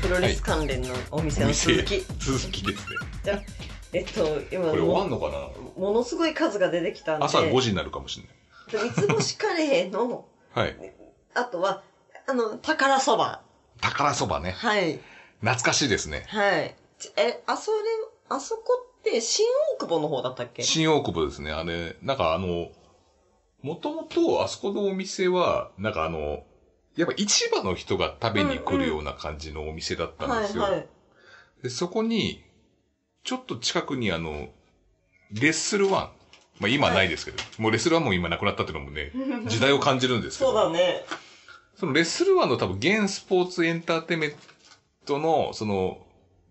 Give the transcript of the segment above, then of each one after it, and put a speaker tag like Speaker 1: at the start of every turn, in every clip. Speaker 1: プロレス関連のお店
Speaker 2: お
Speaker 1: の
Speaker 2: 店
Speaker 1: 続き、
Speaker 2: 続きですね
Speaker 1: えっと今
Speaker 2: これ終わん
Speaker 1: も
Speaker 2: のかな
Speaker 1: ものすごい数が出てきたんで
Speaker 2: 朝5
Speaker 1: 時
Speaker 2: 時になるかもしれない
Speaker 1: 三つ星カレーの
Speaker 2: はい
Speaker 1: あとはあの宝そば
Speaker 2: 宝そばね
Speaker 1: はい
Speaker 2: 懐かしいですね
Speaker 1: はいちえあそれあそこって新大久保の方だったっけ
Speaker 2: 新大久保ですねあれなんかあのもともとあそこのお店はなんかあのやっぱ市場の人が食べに来るような感じのお店だったんですよ、
Speaker 1: はいはい
Speaker 2: でそこにちょっと近くにあのレッスルワンまあ今ないですけど、もうレッスルワンも今なくなったっていうのもね時代を感じるんですけど
Speaker 1: そうだね
Speaker 2: そのレッスルワンの多分、現スポーツエンターテイメントの、その、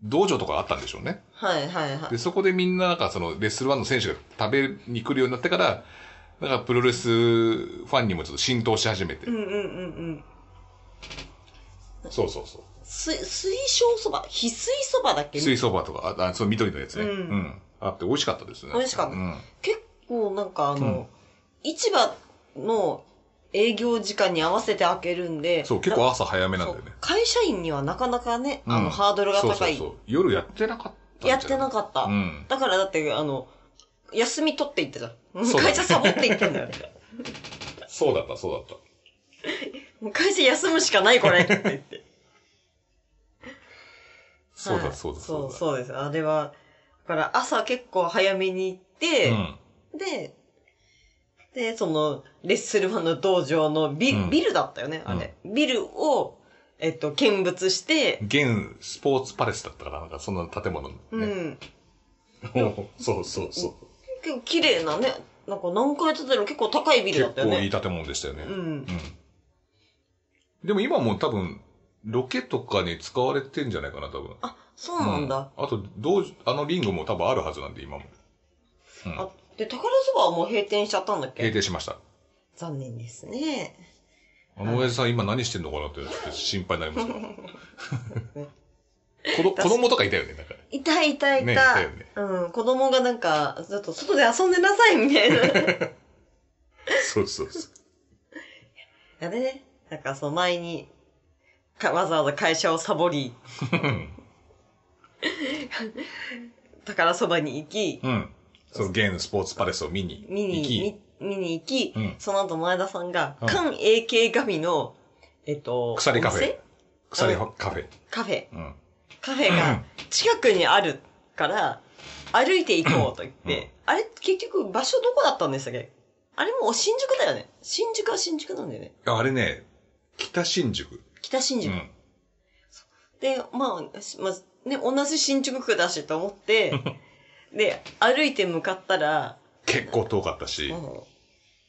Speaker 2: 道場とかあったんでしょうね。
Speaker 1: はいはいは
Speaker 2: で、そこでみんな、なんかその、レッスルワンの選手が食べに来るようになってから、なんかプロレスファンにもちょっと浸透し始めて。
Speaker 1: いうんうんうんうん
Speaker 2: そうそうそう。
Speaker 1: 水水晶そば翡翠そばだっけ
Speaker 2: 水そばとか、あ、あそう、緑のやつね。
Speaker 1: う
Speaker 2: うんん。あって美味しかったですね。
Speaker 1: 美味しかった
Speaker 2: うん。
Speaker 1: 結構なんかあ
Speaker 2: うん
Speaker 1: の、市場の営業時間に合わせて開けるんで
Speaker 2: そう、結構朝早めなんだよね
Speaker 1: そう。会社員にはなかなかね、あ
Speaker 2: うん
Speaker 1: のハードルが高い
Speaker 2: そうそうそう。夜やってなかった
Speaker 1: やってな
Speaker 2: っ
Speaker 1: かった、
Speaker 2: うん。
Speaker 1: だからだってあの休み取って行ってた
Speaker 2: そうだ
Speaker 1: 会社サボって行ってんだ よね
Speaker 2: そうだった、そうだった。
Speaker 1: もう会社休むしかないこれって言って
Speaker 2: そう
Speaker 1: は
Speaker 2: だ、
Speaker 1: い
Speaker 2: そうだ、
Speaker 1: そう
Speaker 2: う
Speaker 1: そうですあれはだから朝結構早めに行って、
Speaker 2: うん。
Speaker 1: で、で、その、レッスルファンの道場のビ,、
Speaker 2: うん
Speaker 1: ビルだったよね、あれ。ビルを、えっと、見物して、
Speaker 2: 現スポーツパレスだったから、なんかそんな建物ね。
Speaker 1: うん。
Speaker 2: そうそうそう。
Speaker 1: 結構綺麗なね、なんか何階建ての結構高いビルだ
Speaker 2: 結
Speaker 1: ったよね。
Speaker 2: 構いい建物でしたよね。
Speaker 1: うん
Speaker 2: う。ん。でも今もう多分、ロケとかに使われてんじゃないかな、多分。
Speaker 1: あ、そうなんだ。
Speaker 2: うんあと、どう、あのリングも多分あるはずなんで、今も。うん
Speaker 1: あで、宝そばはもう閉店しちゃったんだっ
Speaker 2: 閉
Speaker 1: け
Speaker 2: 店しました。
Speaker 1: 残念ですね。
Speaker 2: あの親父さん今何してんのかなって、ちょっと心配になりま した
Speaker 1: ね。
Speaker 2: 子ど子供とかいたよね、なんか。
Speaker 1: いたいたいた。
Speaker 2: ねいたよね
Speaker 1: うん。子供がなんか、ちょっと外で遊んでなさいみたい な。
Speaker 2: そうそうそう。
Speaker 1: あれね、なんかその前に、かわざわざ会社をサボり、宝そばに行き、
Speaker 2: うん。その現スポーツパレスを見に
Speaker 1: 見に
Speaker 2: 行き、
Speaker 1: 見見に行き、
Speaker 2: うん
Speaker 1: その後前田さんが、
Speaker 2: うん
Speaker 1: 関 AK 神の、えっと、
Speaker 2: 鎖カフ
Speaker 1: お
Speaker 2: ェ
Speaker 1: 店。
Speaker 2: 鎖カフェ。
Speaker 1: カフェ。
Speaker 2: うん。
Speaker 1: カフェが近くにあるから、歩いて行こうと言って、あれ結局場所どこだったんでしたっけあれもう新宿だよね。新宿は新宿なんだよね。
Speaker 2: いやあれね、北新宿。
Speaker 1: 北新
Speaker 2: う
Speaker 1: 宿。
Speaker 2: ん。
Speaker 1: で、まあ、しまあ、ね、同じ新宿区だしと思 って、で、歩いて向かったら、
Speaker 2: 結構遠かったし。
Speaker 1: うん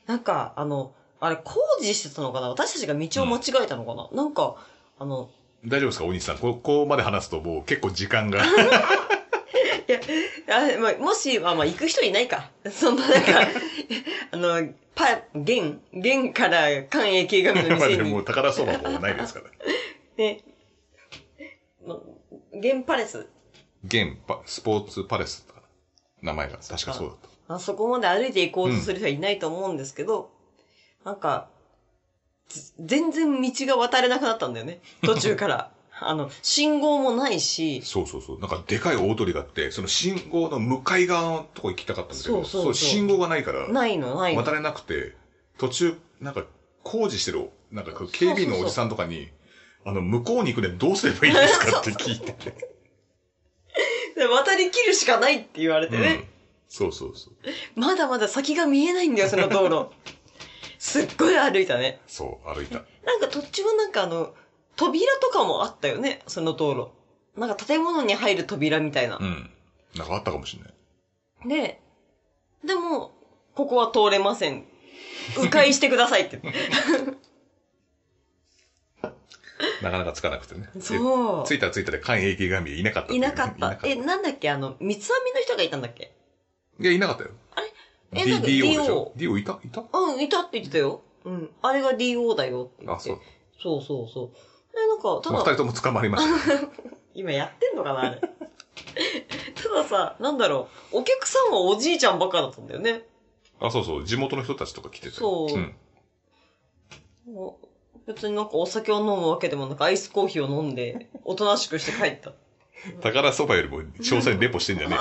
Speaker 1: なんか、あの、あれ、工事してたのかな私たちが道を間違えたのかな、なんか、あの、
Speaker 2: 大丈夫ですか大西さん。こここまで話すともう結構時間が。
Speaker 1: いや、あまあ、もし、まあまあ、行く人いないか。 そんな、なんか、あの、パ、元、元から関永系神の
Speaker 2: まあ
Speaker 1: 店
Speaker 2: でも
Speaker 1: に、
Speaker 2: う宝そばもうないですから。
Speaker 1: ね、ま元パレス。
Speaker 2: 現パスポーツパレスとか名前が。確かそうだった。
Speaker 1: あそこまで歩いて行こうとする人はいないと思うんですけど、なんか、ず全然道が渡れなくなったんだよね。途中から。あの、信号もないし、
Speaker 2: そうそうそう。なんかでかい大通りがあって、その信号の向かい側のとこ行きたかったんだけど、
Speaker 1: そうそうそう
Speaker 2: 信号がないから、
Speaker 1: ないの、ないの。
Speaker 2: 渡れなくて、途中、なんか工事してる、なんかこう警備のおじさんとかに、あの、向こうに行くにはどうすればいいですかって聞いて。
Speaker 1: で渡り切るしかないって言われて
Speaker 2: うん
Speaker 1: ね、
Speaker 2: そうそうそう。
Speaker 1: まだまだ先が見えないんだよ、その道 路。すっごい歩いたね。
Speaker 2: そう、歩いた。
Speaker 1: なんか途中なんかあの、扉とかもあったよね、その道路。なんか建物に入る扉みたいな
Speaker 2: う。ん。なんかあったかもしれない。
Speaker 1: で、でも、ここは通れません。迂回してくださいって。
Speaker 2: なかなか つかなくてね。
Speaker 1: そう
Speaker 2: ついたらついたで関永久神いなかったて
Speaker 1: いう
Speaker 2: ね、
Speaker 1: なかった。え、なんだっけあの、三つ編みの人がいたんだっけ
Speaker 2: いや、いなかったよ。
Speaker 1: あれえ
Speaker 2: D-
Speaker 1: なんか
Speaker 2: ?DO でしょ ?DO いたいた
Speaker 1: うん、いたって言ってたよ。うん。あれが DO だよって言
Speaker 2: あ、
Speaker 1: って。
Speaker 2: そう。
Speaker 1: そうそうそう。で、なんか、た
Speaker 2: まあ二
Speaker 1: だ、
Speaker 2: 人とも捕まりました。
Speaker 1: 今やってんのかなあれ。 たださ、なんだろう、お客さんはおじいちゃんばっかだったんだよね。
Speaker 2: あ、そうそう。地元の人たちとか来てたよ
Speaker 1: そう
Speaker 2: うん。
Speaker 1: もう別になんかお酒を飲むわけでもなく、アイスコーヒーを飲んで、おとなしくして帰った。
Speaker 2: 宝そばよりも詳細にレポしてんじゃね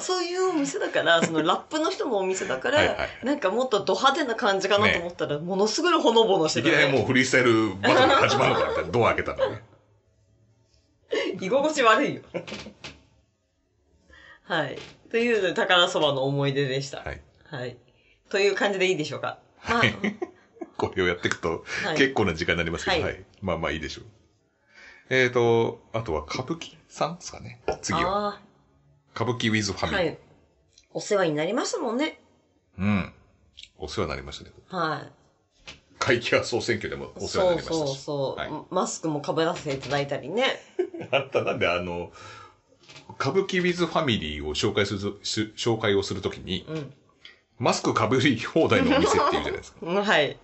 Speaker 1: そういうお店だから、そのラップの人のお店だか
Speaker 2: え
Speaker 1: ら、
Speaker 2: はいはい。
Speaker 1: なんかもっとド派手な感じかなと思ったら、ものすごいほのぼのして
Speaker 2: い
Speaker 1: た、
Speaker 2: き
Speaker 1: ね。
Speaker 2: なりもうフリースタイルバトルが始まるのかなって、ドア開けたらね。
Speaker 1: 居心地悪いよ。はい。というので、宝そばの思い出でした。
Speaker 2: はい。
Speaker 1: はい。という感じでいいでしょうか。まあ、
Speaker 2: はいこれをやっていくと、
Speaker 1: はい
Speaker 2: 結構な時間になりますけど、
Speaker 1: は
Speaker 2: はいい。まあまあいいでしょう。えーと、あとは歌舞伎さんですかね。 次は。
Speaker 1: あ
Speaker 2: 歌舞伎 with フ
Speaker 1: あ、
Speaker 2: ァミリー。
Speaker 1: はい。お世話になりましたもんね。
Speaker 2: うん。お世話になりましたね。
Speaker 1: はい。
Speaker 2: 会期は総選挙でもお世話に
Speaker 1: そ
Speaker 2: な
Speaker 1: う
Speaker 2: りました
Speaker 1: そう
Speaker 2: し。
Speaker 1: そう、
Speaker 2: はい
Speaker 1: マスクも被らせていただいたりね。
Speaker 2: あんたなんであの、歌舞伎 with ファミリーを紹介するぞ、し紹介をするときに、
Speaker 1: うん
Speaker 2: マスク被り放題のお店っていうじゃな いですか。
Speaker 1: うん。はい。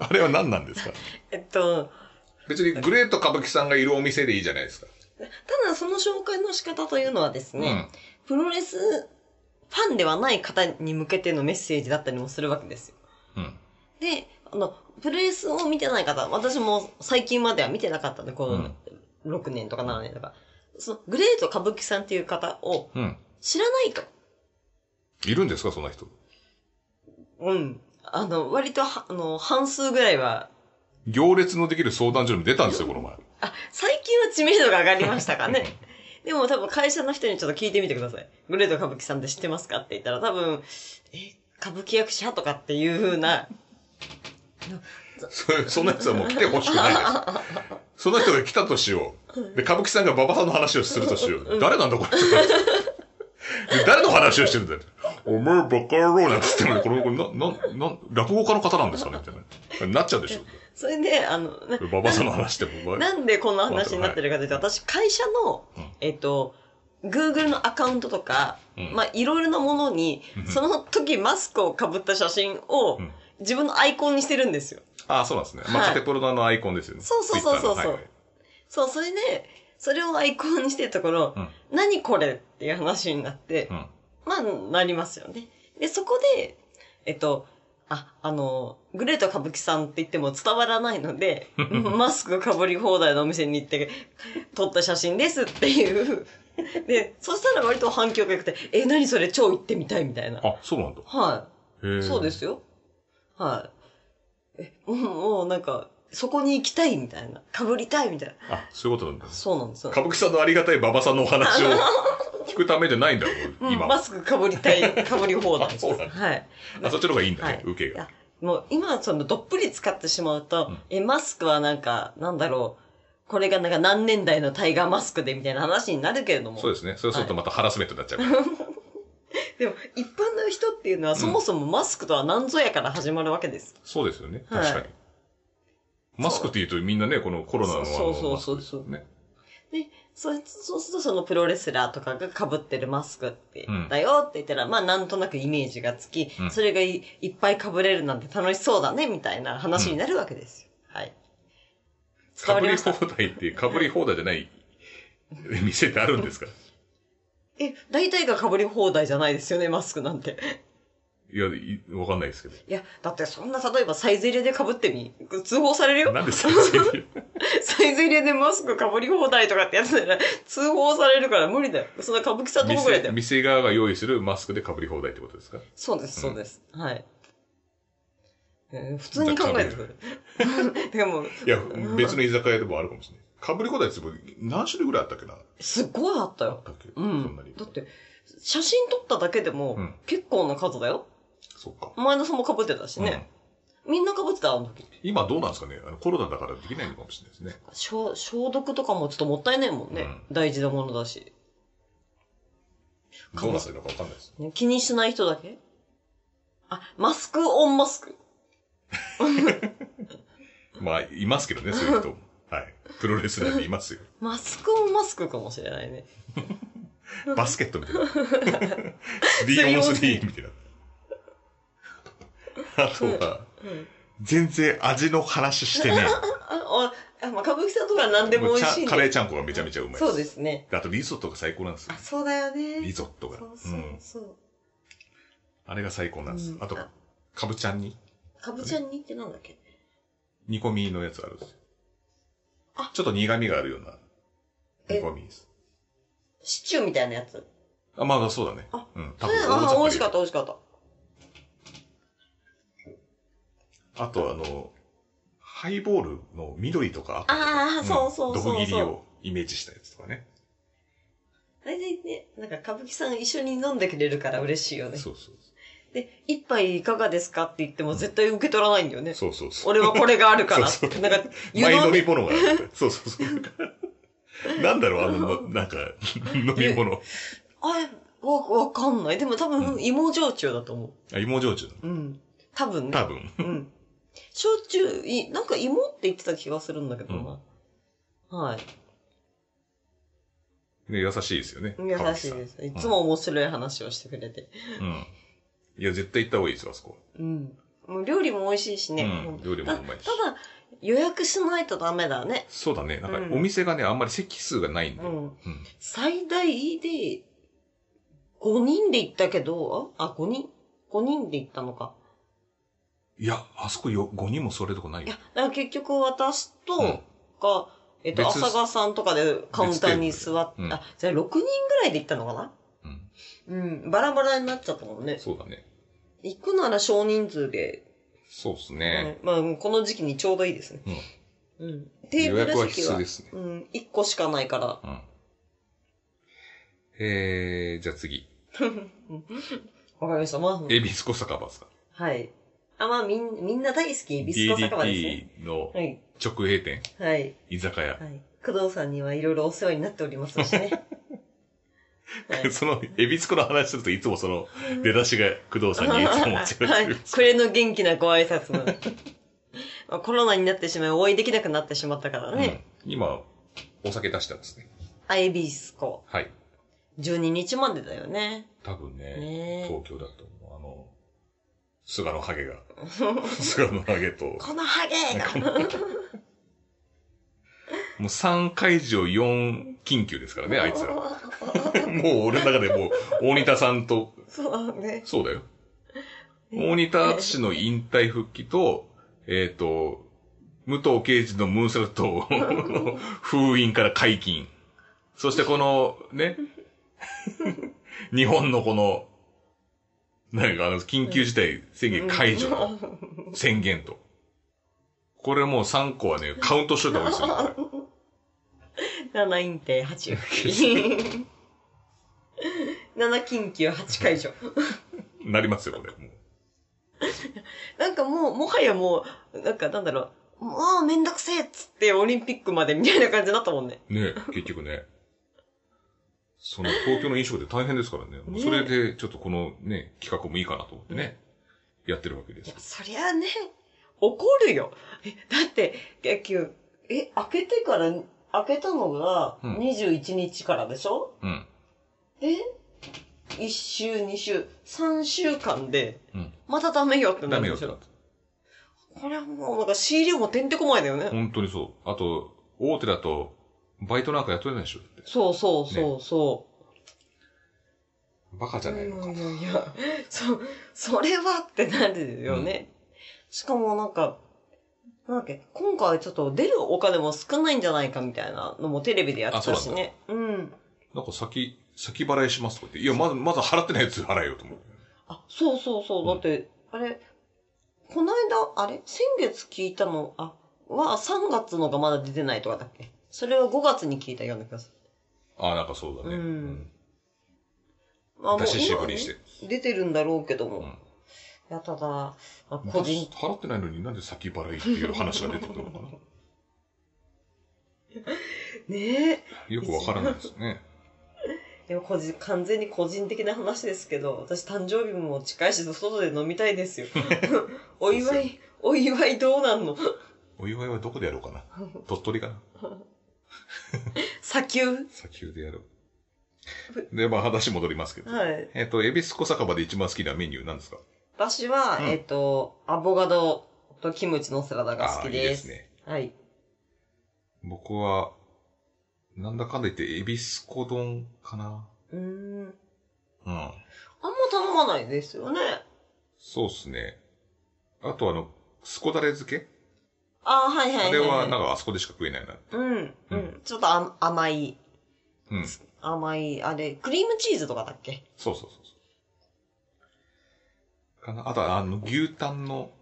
Speaker 2: あれは何なんですか
Speaker 1: えっと、
Speaker 2: 別にグレート歌舞伎さんがいるお店でいいじゃないですか。
Speaker 1: ただその紹介の仕方というのはです
Speaker 2: う
Speaker 1: ね、
Speaker 2: ん。
Speaker 1: プロレスファンではない方に向けてのメッセージだったりもするわけですよ。
Speaker 2: うん。
Speaker 1: で、あの、プロレスを見てない方、私も最近までは見てなかったんで、
Speaker 2: う
Speaker 1: こ
Speaker 2: ん
Speaker 1: の6年とか7年とか。その、グレート歌舞伎さんっていう方を
Speaker 2: うん。
Speaker 1: 知らないと。
Speaker 2: いるんですかそんな人。
Speaker 1: うん。あの、割とは、あの、半数ぐらいは、
Speaker 2: 行列のできる相談所にも出たんですよ、この前。
Speaker 1: あ、最近は知名度が上がりましたかね。 でも多分会社の人にちょっと聞いてみてください。グレート歌舞伎さんって知ってますかって言ったら多分、え、歌舞伎役者とかっていう風な、
Speaker 2: そそんな奴はもう来てほしくないです。その人が来たとしよう。で、歌舞伎さんが馬場さんの話をするとしよう。誰なんだこれ。で、誰の話をしてるんだよ。お前バカ野郎なんつってんのに、これ、これ、な、な、なん、落語家の方なんですかねみたいな。なっちゃうでしょ。
Speaker 1: それで、あの、な
Speaker 2: 馬場さんの話っても、お前
Speaker 1: なんでこの話になってるかというと、私会社の
Speaker 2: うん、
Speaker 1: えっと、Google のアカウントとか、
Speaker 2: うん
Speaker 1: まあ、いろいろなものに
Speaker 2: う、ん
Speaker 1: その時マスクをかぶった写真を
Speaker 2: うん
Speaker 1: 自分のアイコンにしてるんですよ。
Speaker 2: ああ、そうなんですね。まあ、
Speaker 1: はい
Speaker 2: カテプロのあのアイコンですよね。
Speaker 1: そうそうそうそう
Speaker 2: Twitter のはいはい
Speaker 1: そう、それで、それをアイコンにしてるところ、
Speaker 2: うん
Speaker 1: 何これっていう話になって、
Speaker 2: うん。
Speaker 1: まあ、なりますよね。で、そこで、えっと、あ、あの、グレート歌舞伎さんって言っても伝わらないの で、マスクかぶり放題のお店に行って、撮った写真ですっていう。で、そしたら割と反響が良くて、え、何それ超行ってみたいみたいな。
Speaker 2: あ、そうなんだ。
Speaker 1: は
Speaker 2: へ
Speaker 1: い。
Speaker 2: え
Speaker 1: そうで。すよ。はい。え、もうもうなんか、そこに行きたいみたいな。かぶりたいみたいな。
Speaker 2: あ、そういうことなんだ。
Speaker 1: そうなんですよ
Speaker 2: 歌。舞伎さんのありがたい馬場さんのお話を聞くためじゃないんだよ、
Speaker 1: うん
Speaker 2: 今
Speaker 1: マ
Speaker 2: は。
Speaker 1: スクかぶりたい、かぶり放題。
Speaker 2: あそうなんだ
Speaker 1: はい。
Speaker 2: あ、そっちの方がいいんだ
Speaker 1: はい
Speaker 2: ね、受け
Speaker 1: い
Speaker 2: が。
Speaker 1: や、もう今、その、どっぷり使ってしまうと、
Speaker 2: うん
Speaker 1: え、マスクはなんか、なんだろう、これがなんか何年代のタイガーマスクでみたいな話になるけれども、
Speaker 2: そうですね。そうするとまたハラスメントになっちゃう から。
Speaker 1: でも、一般の人っていうのは、そもそもマスクとは何ぞやから始まるわけです。
Speaker 2: そうですよね。
Speaker 1: はい
Speaker 2: 確かに。マスクって言うとみんなね、このコロナのあの
Speaker 1: そうそうそう
Speaker 2: マスクですよね。
Speaker 1: で、そそうすると、そのプロレスラーとかが被ってるマスクって、
Speaker 2: うん
Speaker 1: だよって言ったら、まあ、なんとなくイメージがつき、
Speaker 2: うん
Speaker 1: それがいいっぱい被れるなんて楽しそうだね、みたいな話になるわけですよ。はい。伝
Speaker 2: か
Speaker 1: わ
Speaker 2: ぶ
Speaker 1: り
Speaker 2: り
Speaker 1: ました
Speaker 2: 放題って、かぶり放題じ ゃない店ってあるんですか
Speaker 1: え、大体が被り放題じゃないですよね、マスクなんて。
Speaker 2: いや、いわかんないですけど。
Speaker 1: いや、だってそんな、例えばサイズ入れで被ってみ、通報されるよ。
Speaker 2: なんで先生に。
Speaker 1: サイズ入れでマスク被り放題とかってやつなら、通報されるから無理だよ。そんな歌舞伎さんとこぐらいだ
Speaker 2: 店
Speaker 1: よ。
Speaker 2: 店側が用意するマスクでかぶり放題ってことですか
Speaker 1: そうです、そうです。はい。えー普通
Speaker 2: ま
Speaker 1: に
Speaker 2: た
Speaker 1: 考
Speaker 2: 被
Speaker 1: え
Speaker 2: る
Speaker 1: てくれ。 でも、
Speaker 2: いや、別の居酒屋でもあるかもしれない。かぶり放題って何種類ぐらいあったっけな
Speaker 1: すっごいあったよ。
Speaker 2: だっけ、
Speaker 1: う
Speaker 2: そんなに
Speaker 1: ん。。だって、写真撮っただけでも
Speaker 2: うん、
Speaker 1: 結構な数だよ。
Speaker 2: そっか。
Speaker 1: 前田さんも被ってたしね。みんな被ってた、あの時。
Speaker 2: 今どうなんですかねあのコロナだからできないのかもしれないですね。
Speaker 1: 消消毒とかもちょっともったいないもんね。
Speaker 2: うん
Speaker 1: 大事なものだし。
Speaker 2: どうなってるのかわかんないです。
Speaker 1: ね気にしない人だけあ、マスクオンマスク。
Speaker 2: まあ、います けどね、そういう人も。はい。プロレスラーでいますよ。
Speaker 1: マスクオンマスクかもしれないね。
Speaker 2: バスケット みたいな。3 on 3みたいな。あとは、
Speaker 1: うん、
Speaker 2: 全然味の話してね
Speaker 1: あ、あ、あまあ、歌舞伎さんとかは 何で
Speaker 2: え。
Speaker 1: も
Speaker 2: う
Speaker 1: 美
Speaker 2: ち
Speaker 1: 味
Speaker 2: ゃ
Speaker 1: しいん
Speaker 2: カレーちゃんこがめちゃめちゃうまい。
Speaker 1: そうですすね。
Speaker 2: あとリゾットが最高なんですよ
Speaker 1: あ、。そうだよね。
Speaker 2: リゾットが。
Speaker 1: そう
Speaker 2: う。
Speaker 1: そうんそう。
Speaker 2: あれが最高なんです
Speaker 1: う。ん
Speaker 2: あと
Speaker 1: あ、
Speaker 2: かぶちゃんに
Speaker 1: かぶちゃんにってなんだっけ
Speaker 2: 煮込みのやつあるんですよ
Speaker 1: あ。
Speaker 2: ちょっと苦味があるような煮
Speaker 1: え
Speaker 2: 込みです。
Speaker 1: シチューみたいなやつ。
Speaker 2: あ、まあそうだね
Speaker 1: あ。
Speaker 2: うん、
Speaker 1: う
Speaker 2: 多
Speaker 1: ん、
Speaker 2: 分
Speaker 1: あー美味しか
Speaker 2: っ
Speaker 1: った、美味しかった。
Speaker 2: た。あとあの、ハイボールの緑とか赤とか。
Speaker 1: ああ、
Speaker 2: ん
Speaker 1: そうそうそうそう。
Speaker 2: ドブ切りをイメージしたやつとかね。
Speaker 1: あれでね、なんか歌舞伎さん一緒に飲んでくれるから嬉しいよね。
Speaker 2: そうそう
Speaker 1: で、一杯いかがですかって言っても絶対受け取らないんだよね。
Speaker 2: そう。そうそうそう。
Speaker 1: 俺はこれがあるからって。
Speaker 2: そうそう
Speaker 1: なんか、
Speaker 2: 前飲
Speaker 1: 湯
Speaker 2: み物がある。そうそうそう。なんだろう、あの、ななんか、 飲み物。
Speaker 1: あれ、わ、わかんない。でも多
Speaker 2: う
Speaker 1: 分、芋焼酎だと思
Speaker 2: あ、芋焼酎。
Speaker 1: う。うん。多分ね。
Speaker 2: 多分。
Speaker 1: うん。焼酎、い、なんか芋って言ってた気がするんだけどな。はい。
Speaker 2: ね、優しいですよね。
Speaker 1: 優
Speaker 2: 川口
Speaker 1: し
Speaker 2: さ
Speaker 1: い
Speaker 2: ん
Speaker 1: です。いつも面白い話をしてくれて。
Speaker 2: うん。いや、絶対行った方がいいですよ、あそこ。
Speaker 1: うん。もう料理も美味しいしね。
Speaker 2: う
Speaker 1: ほん
Speaker 2: ん。
Speaker 1: と
Speaker 2: 料理もうまいし。
Speaker 1: ただ、予約しないとダメだね。
Speaker 2: そうだね。なんか
Speaker 1: う、ん
Speaker 2: お店がね、あんまり席数がないんで。
Speaker 1: う
Speaker 2: うん。
Speaker 1: ん。最大で、5人で行ったけど、あ、あ5人 ?5 人で行ったのか。
Speaker 2: いや、あそこよ、5人もそれとこない
Speaker 1: い
Speaker 2: よ
Speaker 1: や。、だから結局私と
Speaker 2: う
Speaker 1: が、
Speaker 2: ん
Speaker 1: えっと、
Speaker 2: 別
Speaker 1: 浅川さんとかでカウンターに座って、
Speaker 2: 別テーブルでうん
Speaker 1: あ、じゃあ6人ぐらいで行ったのかな
Speaker 2: うん。
Speaker 1: うん、バラバラになっちゃったもんね。
Speaker 2: そうだね。
Speaker 1: 行くなら少人数で、
Speaker 2: そうですね。
Speaker 1: うんまあ、もうこの時期にちょうどいいですね。うん。テー
Speaker 2: 予
Speaker 1: ブル
Speaker 2: 約は
Speaker 1: 席
Speaker 2: 必須
Speaker 1: は
Speaker 2: で、すね。
Speaker 1: うん、1個しかないから。
Speaker 2: うん。えー、じゃあ次。
Speaker 1: わかりました。まあ、
Speaker 2: エビスコ酒場さん。
Speaker 1: はい。あ、まあ、みん、みんな大好き、ビスコ酒場ですね。
Speaker 2: DDT の
Speaker 1: はい。
Speaker 2: 直営店、
Speaker 1: はい。
Speaker 2: 居酒屋。
Speaker 1: はい。工藤さんにはいろいろお世話になっておりますし ね。はい
Speaker 2: その、エビスコの話するといつもその、出だしが工藤さんにいつも持ち
Speaker 1: は
Speaker 2: 帰
Speaker 1: い
Speaker 2: る。。
Speaker 1: これの元気なご挨拶の。 まあコロナになってしまい、お会いできなくなってしまったからね。
Speaker 2: うん今、お酒出してますね。
Speaker 1: アイビスコ。
Speaker 2: はい。
Speaker 1: 12日までだよね。
Speaker 2: 多分ね
Speaker 1: ね、え
Speaker 2: 東京だと思う。あの、菅野ハゲが。 菅野ハゲと、も
Speaker 1: このハゲが
Speaker 2: う3会場4緊急ですからね、あいつら。もう俺の中でもう、大仁田さんと、
Speaker 1: そうね。
Speaker 2: そうだよ。大仁田氏の引退復帰と、えっ、と、武藤刑事のムーンサルトを封印から解禁。そしてこの、ね、日本のこの、なんかあの、緊急事態宣言解除の宣言と。これもう3個はね、カウントしといた方がいいですよこれ。
Speaker 1: 7点8復7緊急8解除。
Speaker 2: なりますよ、これ。も
Speaker 1: なんかもう、もはやもう、なんかなんだろう、もうめんどくせえっつってオリンピックまでみたいな感じになったもんね。
Speaker 2: うね、結局ね。その東京の飲食で大変ですからね。もうそれで、ちょっとこのね、企画もいいかなと思ってね、やってるわけで
Speaker 1: い
Speaker 2: す
Speaker 1: や、。そりゃね、怒るよ。え、だって、結局、え、開けてから、開けたのが
Speaker 2: うん
Speaker 1: 21日からでしょ、
Speaker 2: うん。
Speaker 1: え ?1 週、2週、3週間で、
Speaker 2: うん。
Speaker 1: またダメよってな
Speaker 2: ダメ
Speaker 1: る
Speaker 2: よ
Speaker 1: でして
Speaker 2: っ
Speaker 1: ょ
Speaker 2: なった。
Speaker 1: これはもうなんか仕入れもてんてこまいだよね。
Speaker 2: 本当にそう。あと、大手だと、バイトなんか雇えないでしょ。だって
Speaker 1: そうそうそうそう。
Speaker 2: バカじゃないのか。
Speaker 1: いやいやい や、そ、それはってなるよね。しかもなんか、なんだっけ、今回ちょっと出るお金も少ないんじゃないかみたいなのもテレビでやってたしね。うん。
Speaker 2: なんか先、先払いしますとか言って、いや、まだ、まだ払ってないやつ払えよと思う。
Speaker 1: あ、そうそうそう。だって、あれ、この間、あれ先月聞いたの、あ、は3月のがまだ出てないとかだっけそれは5月に聞いたような気がす
Speaker 2: ああ、なんかそうだね。
Speaker 1: うん
Speaker 2: うん。
Speaker 1: る。まあ
Speaker 2: 出し
Speaker 1: 今
Speaker 2: 渋
Speaker 1: は
Speaker 2: り
Speaker 1: ね
Speaker 2: して。
Speaker 1: 出てるんだろうけども。
Speaker 2: うん
Speaker 1: いや、ただ、まあ個人
Speaker 2: 昔払ってないのになんで先払いっていう話が出てくるのかな。
Speaker 1: ねえ。
Speaker 2: よくわからないです ね。
Speaker 1: でも個人完全に個人的な話ですけど、私誕生日も近いし、外で飲みたい ですよ。お
Speaker 2: そう
Speaker 1: 祝
Speaker 2: です
Speaker 1: い、お祝いどうなんの
Speaker 2: お祝いはどこでやろうかな。鳥取かな。
Speaker 1: 砂丘
Speaker 2: 砂丘でやろう。で、まあ話戻りますけど。
Speaker 1: はい。
Speaker 2: えっと、エビスコ酒場で一番好きなメニューなんですか
Speaker 1: 私は、
Speaker 2: うん
Speaker 1: えっと、アボガドとキムチのサラダが好きです。
Speaker 2: あーいいです
Speaker 1: はい。
Speaker 2: 僕は、なんだかんだ言って、エビスコ丼かな。
Speaker 1: うーん。
Speaker 2: うん。
Speaker 1: あんま頼まないですよね。
Speaker 2: そうっすね。あとあの、スコダレ漬け
Speaker 1: ああ、はいはい
Speaker 2: あ
Speaker 1: はい、
Speaker 2: れはなんかあそこでしか食えないな。
Speaker 1: うん、う。
Speaker 2: うん
Speaker 1: ちょっとあ甘い、
Speaker 2: うん。
Speaker 1: 甘い、あれ、クリームチーズとかだっけ
Speaker 2: そうそうそうそう。かなあとは、あの、牛タンの、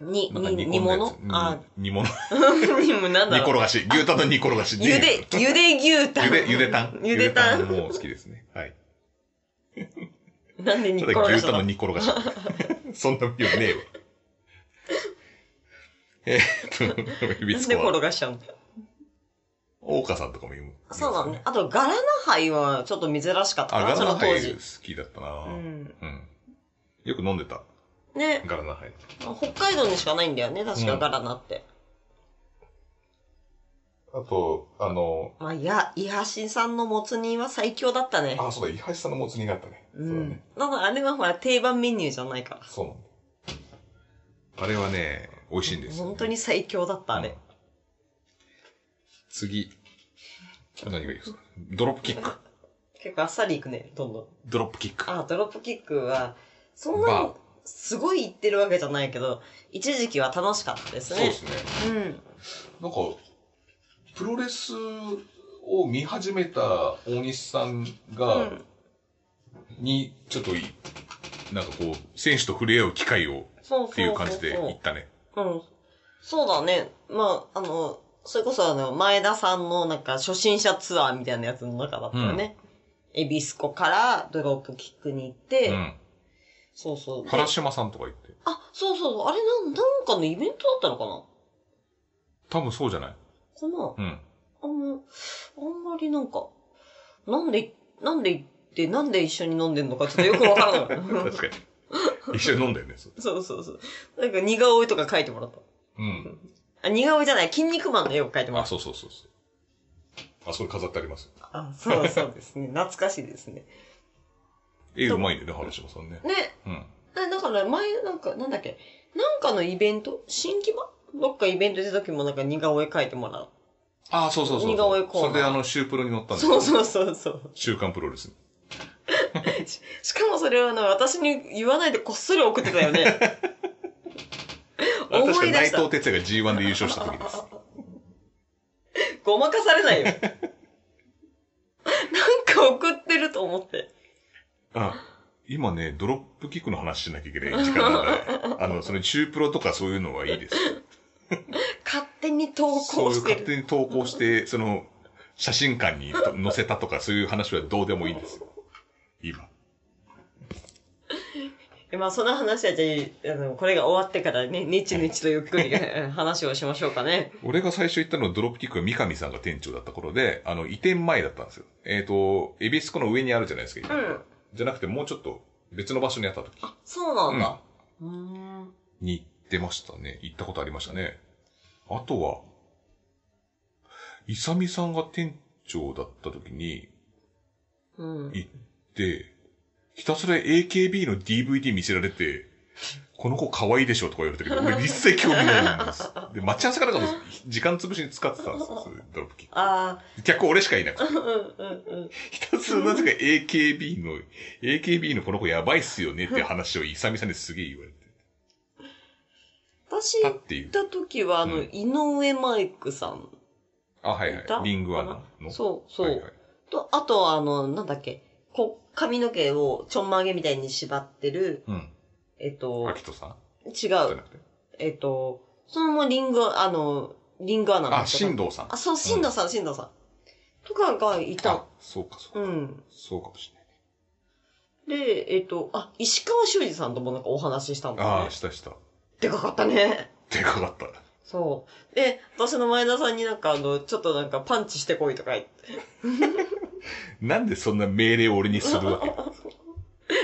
Speaker 1: に、
Speaker 2: なんか煮
Speaker 1: に煮
Speaker 2: 込んだや
Speaker 1: 物
Speaker 2: つ。
Speaker 1: あ
Speaker 2: うん煮物。
Speaker 1: ー、 煮物なんだ
Speaker 2: 煮転
Speaker 1: ろう。
Speaker 2: がし。牛タンの煮 転がし。
Speaker 1: ゆ で、ゆで牛タン。
Speaker 2: ゆで、ゆで タン。
Speaker 1: ゆでタ
Speaker 2: ゆで
Speaker 1: ン。
Speaker 2: もう好きですね。はい。
Speaker 1: なんで煮
Speaker 2: た
Speaker 1: 込
Speaker 2: だ
Speaker 1: まれ
Speaker 2: 牛
Speaker 1: た
Speaker 2: タンの
Speaker 1: の
Speaker 2: 煮転が し。そんな病ねえわ。えーっと、エビ
Speaker 1: なん
Speaker 2: ツ
Speaker 1: で
Speaker 2: コ
Speaker 1: 転
Speaker 2: は、
Speaker 1: がしちゃうの
Speaker 2: 大岡さんとかも言う。
Speaker 1: そうだね。。あと、ガラナハイはちょっと珍しかった
Speaker 2: あ、
Speaker 1: か
Speaker 2: ガ
Speaker 1: な、そ
Speaker 2: ラ
Speaker 1: の
Speaker 2: ナハ
Speaker 1: 当
Speaker 2: イ
Speaker 1: 時
Speaker 2: 好。きだったな
Speaker 1: うん。
Speaker 2: うん。よく飲んでた。
Speaker 1: ね、
Speaker 2: ガラナハイ。
Speaker 1: 北海道にしかないんだよね、確
Speaker 2: う
Speaker 1: か
Speaker 2: ん
Speaker 1: ガラナって。
Speaker 2: あと、あの、
Speaker 1: まあ、いや、イハシさんのもつ煮は最強だったね。
Speaker 2: あ、そうだ、イハシさんのもつ煮があったね。
Speaker 1: う
Speaker 2: そうだ
Speaker 1: ん
Speaker 2: ね。。
Speaker 1: ただ、あれはほら、定番メニューじゃないから。
Speaker 2: そうなんだ。あれはね、美味しいんですよね
Speaker 1: 本当に最強だった、あれ。
Speaker 2: 次。何がいいですかドロップキック。
Speaker 1: 結構あっさりいくね、どんどん。
Speaker 2: ドロップキック。
Speaker 1: あ、ドロップキックは、そんなに
Speaker 2: まあ、
Speaker 1: すごい言ってるわけじゃないけど、一時期は楽しかったです
Speaker 2: そうで
Speaker 1: ね。
Speaker 2: すね。
Speaker 1: うん。
Speaker 2: なんか、プロレスを見始めた大西さん
Speaker 1: う
Speaker 2: が、
Speaker 1: ん。
Speaker 2: に、ちょっとい、なんかこう、選手と触れ合う機会を
Speaker 1: そうそうそうそう。
Speaker 2: っていう感じで行ったね。
Speaker 1: うん。そうだね。まあ、あの、それこそあの、前田さんのなんか初心者ツアーみたいなやつの中だったよね。エビスコからドロップキックに行って、
Speaker 2: うん。
Speaker 1: そうそう。で
Speaker 2: 原島さんとか行って。
Speaker 1: あ、そうそうそう。あれなん、なんかのイベントだったのかな
Speaker 2: 多分そうじゃない
Speaker 1: かな
Speaker 2: うん。
Speaker 1: あんま、あんまりなんか、なんで、なんで行って、なんで一緒に飲んでんのかちょっとよくわからない。
Speaker 2: 確かに。一緒に飲んだよね。そう
Speaker 1: そうそうそう。なんか似顔絵とか描いてもらった。
Speaker 2: うん。
Speaker 1: あ、似顔絵じゃない、筋肉マンの絵を描いてもら
Speaker 2: あ、
Speaker 1: った。
Speaker 2: そうそうそうそう。あそこに飾ってあります。
Speaker 1: あ、そうそうですね。懐かしいです ね。
Speaker 2: 絵うまいんだよね、原島さんね。
Speaker 1: ね、
Speaker 2: うん。
Speaker 1: だだから前、なんか、なんだっけ、なんかのイベント新規版どっかイベント出た時もなんか似顔絵描いてもらう。
Speaker 2: あ、そうそうそうそう。
Speaker 1: 似顔絵コーナー
Speaker 2: それであの、シュープロに乗ったんだ
Speaker 1: そう
Speaker 2: よ。
Speaker 1: そうそうそう。
Speaker 2: 週刊プロレスに。
Speaker 1: ししかもそれはな、私に言わないでこっそり送ってたよ ね。
Speaker 2: あ確
Speaker 1: 思
Speaker 2: か
Speaker 1: い
Speaker 2: に
Speaker 1: 出
Speaker 2: 内
Speaker 1: した
Speaker 2: 藤哲也が G1 で優勝した時です。
Speaker 1: ごまかされないよ。なん か送ってると思って。
Speaker 2: あ、今ね、ドロップキックの話しなきゃいけない時間な んだね。あの、その中プロとかそういうのはいいです。
Speaker 1: 勝手に投
Speaker 2: そ
Speaker 1: 稿
Speaker 2: ういう
Speaker 1: して
Speaker 2: 勝
Speaker 1: る。
Speaker 2: 手に投稿して、その、写真館にと載せたとかそういう話はどうでもいいんですよ。今。
Speaker 1: えまあその話はじゃあ、あの、これが終わってからね、ねちねちとゆっく りえ話をしましょうかね。
Speaker 2: 俺が最初行ったのはドロップキックは三上さんが店長だった頃で、あの、移転前だったんですよ。えっ、と、エビスコの上にあるじゃないですか、
Speaker 1: う
Speaker 2: 今
Speaker 1: ん。
Speaker 2: じゃなくてもうちょっと別の場所にあった時
Speaker 1: そうなんだ。うーん。
Speaker 2: に行ってましたね。行ったことありましたね。あとは、イサミさんが店長だった時に
Speaker 1: うん。
Speaker 2: 行って、ひたすら AKB の DVD 見せられて、この子可愛いでしょとか言われた けど、俺一切興味ないんです。で、待ち合わせからかも時間潰しに使ってたんですよ、それドロップキッ
Speaker 1: あ
Speaker 2: ク。客俺しかいなくて。
Speaker 1: あ、うんうんうん。
Speaker 2: ひたすらなぜか AKB の、AKB のこの子やばいっすよねっていう話をイサミさんにすげえ言われて
Speaker 1: 私
Speaker 2: た
Speaker 1: 行
Speaker 2: っ
Speaker 1: って
Speaker 2: いう。
Speaker 1: た時は、あの、
Speaker 2: うん
Speaker 1: 井上マイクさん。
Speaker 2: あ、はいはい
Speaker 1: た。
Speaker 2: リングアナの。
Speaker 1: そう、そう。
Speaker 2: はいはい
Speaker 1: と、あとは、あの、なんだっけ、こ髪の毛をちょんまげみたいに縛ってる、
Speaker 2: うん。
Speaker 1: えっと
Speaker 2: ア、キトさん
Speaker 1: 違
Speaker 2: じゃ
Speaker 1: う
Speaker 2: な、くて。
Speaker 1: えっと、そのままリング、あの、リングアナの
Speaker 2: あ、
Speaker 1: 人
Speaker 2: 新
Speaker 1: が
Speaker 2: 藤さん。
Speaker 1: あ、そう、しんどさん、しんどさん。とかがいた
Speaker 2: あ。そうか、そう
Speaker 1: う
Speaker 2: か。
Speaker 1: ん。
Speaker 2: そうかもしれ
Speaker 1: で、えっと、あ、石川修司さんともなんかお話ししたんだ
Speaker 2: ない。あ
Speaker 1: よ
Speaker 2: あ、
Speaker 1: ね。
Speaker 2: したした。
Speaker 1: でかかったね。
Speaker 2: でかかった。
Speaker 1: そう。で、私の前田さんになんかあの、ちょっとなんかパンチしてこいとか言って
Speaker 2: なんでそんな命令を俺にするわけ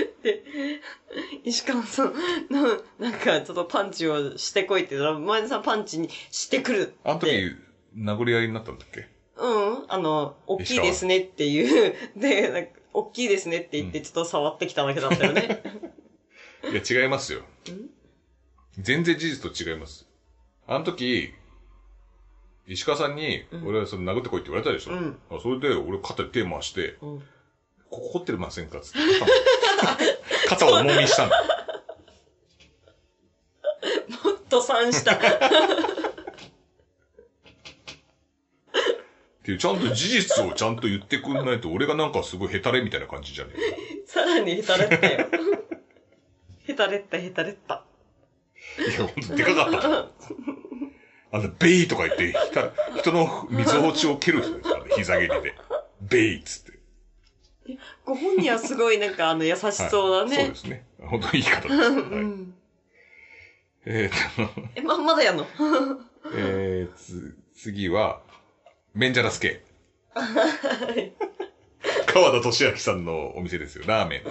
Speaker 1: 石川さんの、 なんか、ちょっとパンチをしてこいって言ったら、前田さんパンチにしてくるって。
Speaker 2: あの時、殴り合いになったんだっけ
Speaker 1: うん、あの、大きいですねっていう、で、なんか、大きいですねって言って、
Speaker 2: うん
Speaker 1: ちょっと触ってきただけだったよね。
Speaker 2: いや、違いますよ。全然事実と違います。あの時、石川さんに
Speaker 1: う、ん
Speaker 2: 俺はその殴ってこいって言われたでしょ。
Speaker 1: うん
Speaker 2: あそれで、俺肩で手回して、
Speaker 1: うん、
Speaker 2: ここ凝ってませんか つって肩を肩を重みしたんだ。
Speaker 1: と、さんした。
Speaker 2: っていう、ちゃんと事実をちゃんと言ってくんないと、俺がなんかすごいヘタレみたいな感じじゃねえ
Speaker 1: さらにヘタレったよ。ヘタレった、ヘタレった。
Speaker 2: か。いや、ほんとでかかった。 あの、ベイとか言って、ひた人の水落ちを蹴る人ですからね、膝蹴りで。ベイっつって。
Speaker 1: ご本人はすごいなんかあの優し
Speaker 2: はい
Speaker 1: そうだね。
Speaker 2: そうですね。本当にいい方です。
Speaker 1: う
Speaker 2: はい、
Speaker 1: ん。
Speaker 2: えーっと、
Speaker 1: え、ま、まだやんの
Speaker 2: えー、つ、次は、メンジャラスケ。川田俊明さんのお店ですよ、ラーメ